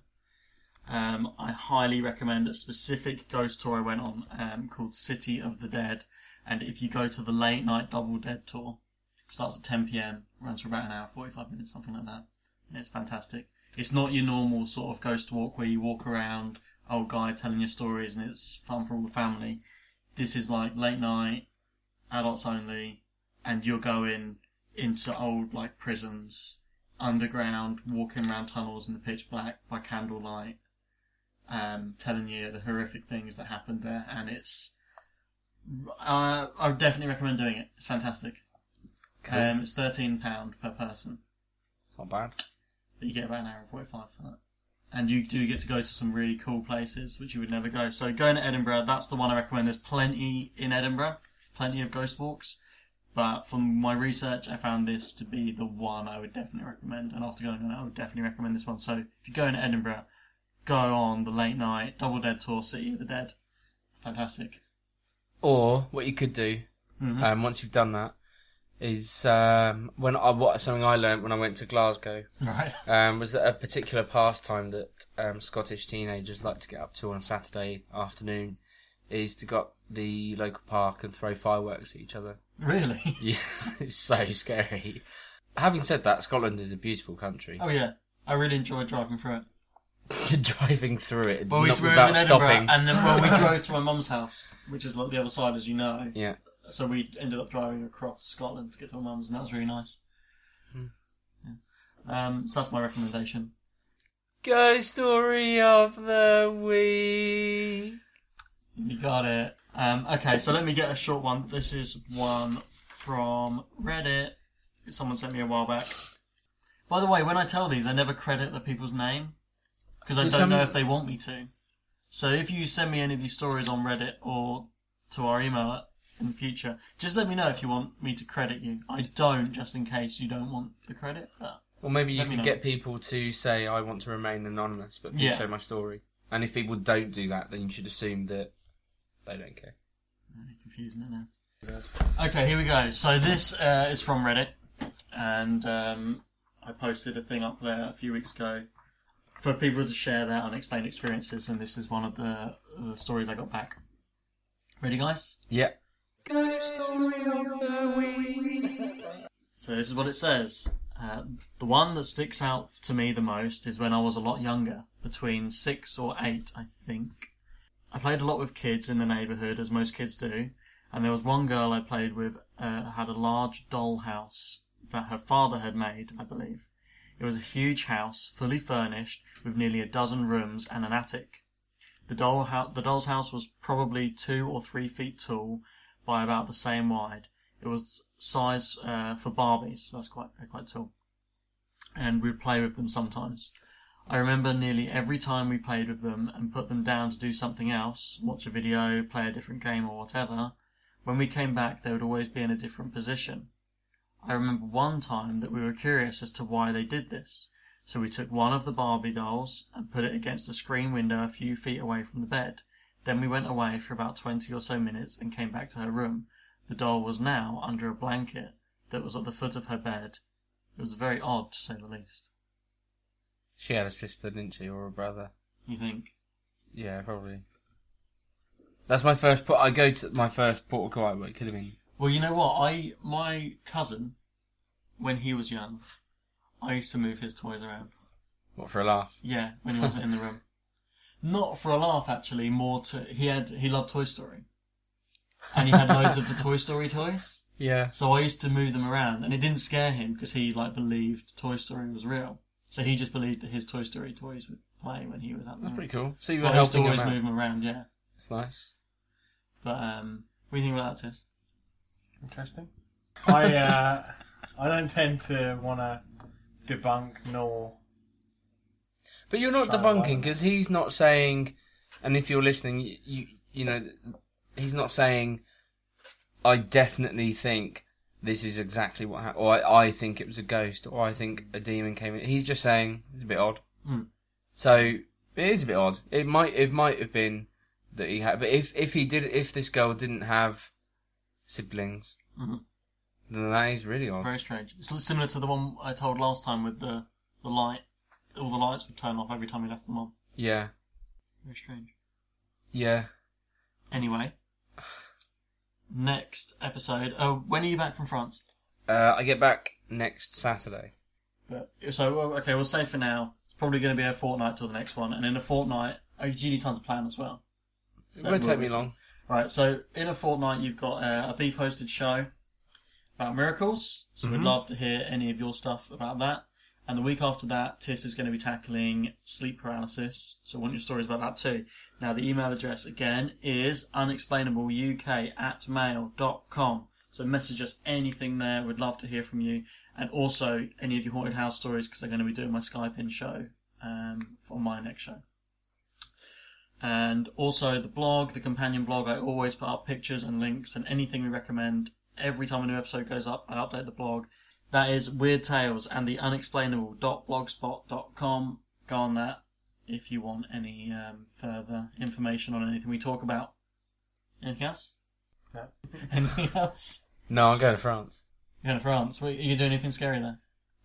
B: Um, I highly recommend a specific ghost tour I went on um, called City of the Dead. And if you go to the late night Double Dead tour, it starts at 10 p.m., runs for about an hour, 45 minutes, something like that. And it's fantastic. It's not your normal sort of ghost walk where you walk around, old guy telling your stories, and it's fun for all the family. This is like late night, adults only, and you're going into old like prisons, underground, walking around tunnels in the pitch black by candlelight, um, telling you the horrific things that happened there, and it's. Uh, I would definitely recommend doing it. It's fantastic. Um, it's thirteen pound per person,
C: It's not bad.
B: but you get about an hour and forty five for that. and you do get to go to some really cool places which you would never go. So going to Edinburgh, that's the one I recommend. There's plenty in Edinburgh, plenty of ghost walks, but from my research, I found this to be the one I would definitely recommend. And after going on it, I would definitely recommend this one. So if you go in Edinburgh, go on the late night Double Dead tour, City of the Dead. Fantastic.
C: Or what you could do,
B: Mhm.
C: um, once you've done that, is um, when I what something I learned when I went to Glasgow
B: Right. <laughs>
C: um, was that a particular pastime that um, Scottish teenagers like to get up to on a Saturday afternoon is to go up the local park and throw fireworks at each other. <laughs>
B: Really?
C: Yeah, it's so scary. Having said that, Scotland is a beautiful country.
B: Oh yeah, I really enjoyed driving through it.
C: <laughs> Driving through it, it's
B: Well, we
C: not
B: were
C: without
B: in Edinburgh,
C: stopping.
B: and then well,
C: <laughs>
B: we drove to my mum's house, which is like the other side, as you know.
C: Yeah.
B: So we ended up driving across Scotland to get to my mum's, and that was really nice.
C: Hmm.
B: Yeah. Um, so that's my recommendation.
C: Ghost story of the week.
B: You got it. Um, okay, so let me get a short one. This is one from Reddit. Someone sent me a while back. By the way, when I tell these, I never credit the people's name because I
C: Do
B: don't
C: some-
B: know if they want me to. So if you send me any of these stories on Reddit or to our email in the future, just let me know if you want me to credit you. I don't, just in case you don't want the credit. But
C: Well, maybe you
B: Let me
C: can
B: know.
C: get people to say, "I want to remain anonymous," but please
B: Yeah.
C: show my story. And if people don't do that, then you should assume that they don't care.
B: Really confusing it now. Okay, here we go. So this uh, is from Reddit, and um, I posted a thing up there a few weeks ago for people to share their unexplained experiences, and this is one of the, the stories I got back. Ready, guys?
C: Yeah.
B: So this is what it says. Uh, the one that sticks out to me the most is when I was a lot younger, between six or eight, I think. I played a lot with kids in the neighbourhood, as most kids do, and there was one girl I played with uh, had a large dollhouse that her father had made, I believe. It was a huge house, fully furnished, with nearly a dozen rooms and an attic. The doll hou- the doll's house was probably two or three feet tall, by about the same wide. It was size uh, for Barbies. so That's quite they're quite tall. And we'd play with them sometimes. I remember nearly every time we played with them and put them down to do something else, watch a video, play a different game, or whatever. When we came back, they would always be in a different position. I remember one time that we were curious as to why they did this, so we took one of the Barbie dolls and put it against a screen window a few feet away from the bed. Then we went away for about 20 or so minutes and came back to her room. The doll was now under a blanket that was at the foot of her bed. It was very odd, to say the least.
C: She had a sister, didn't she, or a brother?
B: You think?
C: Yeah, probably. That's my first. Port- I go to my first port of call. It could have been.
B: Well, you know what? I my cousin, when he was young, I used to move his toys around.
C: What for a laugh?
B: Yeah, when he wasn't in the
C: <laughs>
B: room. Not for a laugh, actually. More to he had he loved Toy Story, and he had loads of the Toy Story toys.
C: Yeah.
B: So I used to move them around, and it didn't scare him because he like believed Toy Story was real. So he just believed that his Toy Story toys would play when he was at the
C: That's
B: room.
C: pretty cool. So you
B: So
C: were
B: I used to
C: helping him
B: always
C: out.
B: move them around, yeah.
C: It's nice.
B: But um, what do you think about that, Tess?
E: Interesting. I uh, I don't tend to want to debunk nor
C: But you're not
E: Shy
C: debunking
E: away.
C: because he's not saying, and if you're listening, you, you you know, he's not saying, I definitely think this is exactly what happened, or I, I think it was a ghost, or I think a demon came in. He's just saying it's a bit odd.
B: Hmm.
C: So it is a bit odd. It might it might have been that he had, but if if he did, if this girl didn't have siblings,
B: Mhm.
C: then that is really odd.
B: Very strange. It's similar to the one I told last time with the the light. All the lights would turn off every time we left them on.
C: Yeah,
B: Very strange.
C: yeah.
B: Anyway, next episode. Oh, when are you back from France?
C: Uh, I get back next Saturday.
B: But so well, okay, we'll say for now. It's probably going to be a fortnight till the next one, and in a fortnight, oh, you need time to plan as well.
C: It
B: So
C: won't take me
B: we'll-
C: long.
B: Right, so in a fortnight, you've got uh, a beef hosted show about miracles. So we'd love to hear any of your stuff about that. And the week after that, Tis is going to be tackling sleep paralysis. So I want your stories about that too. Now, the email address again is unexplainableuk at mail.com. So message us anything there. We'd love to hear from you. And also any of your haunted house stories because they're going to be doing my Skype in show um, for my next show. And also the blog, the companion blog, I always put up pictures and links and anything we recommend. Every time a new episode goes up, I update the blog. That is Weird Tales and the Unexplainable.blogspot.com. Go on that if you want any um, further information on anything we talk about. Anything else?
E: No.
B: <laughs> Anything else?
C: No, I'm going to France.
B: You're going to France. What- Are you doing anything scary there?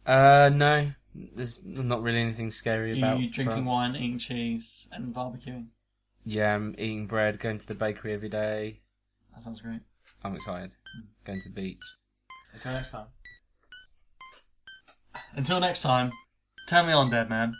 C: Uh, no, there's not really anything scary
B: Are
C: about.
B: you drinking
C: France.
B: wine, eating cheese, and barbecuing?
C: Yeah, I'm eating bread, going to the bakery every day.
B: That sounds great.
C: I'm excited.
B: Hmm.
C: Going to the beach.
E: Until next time.
B: Until next time, turn me on, dead man.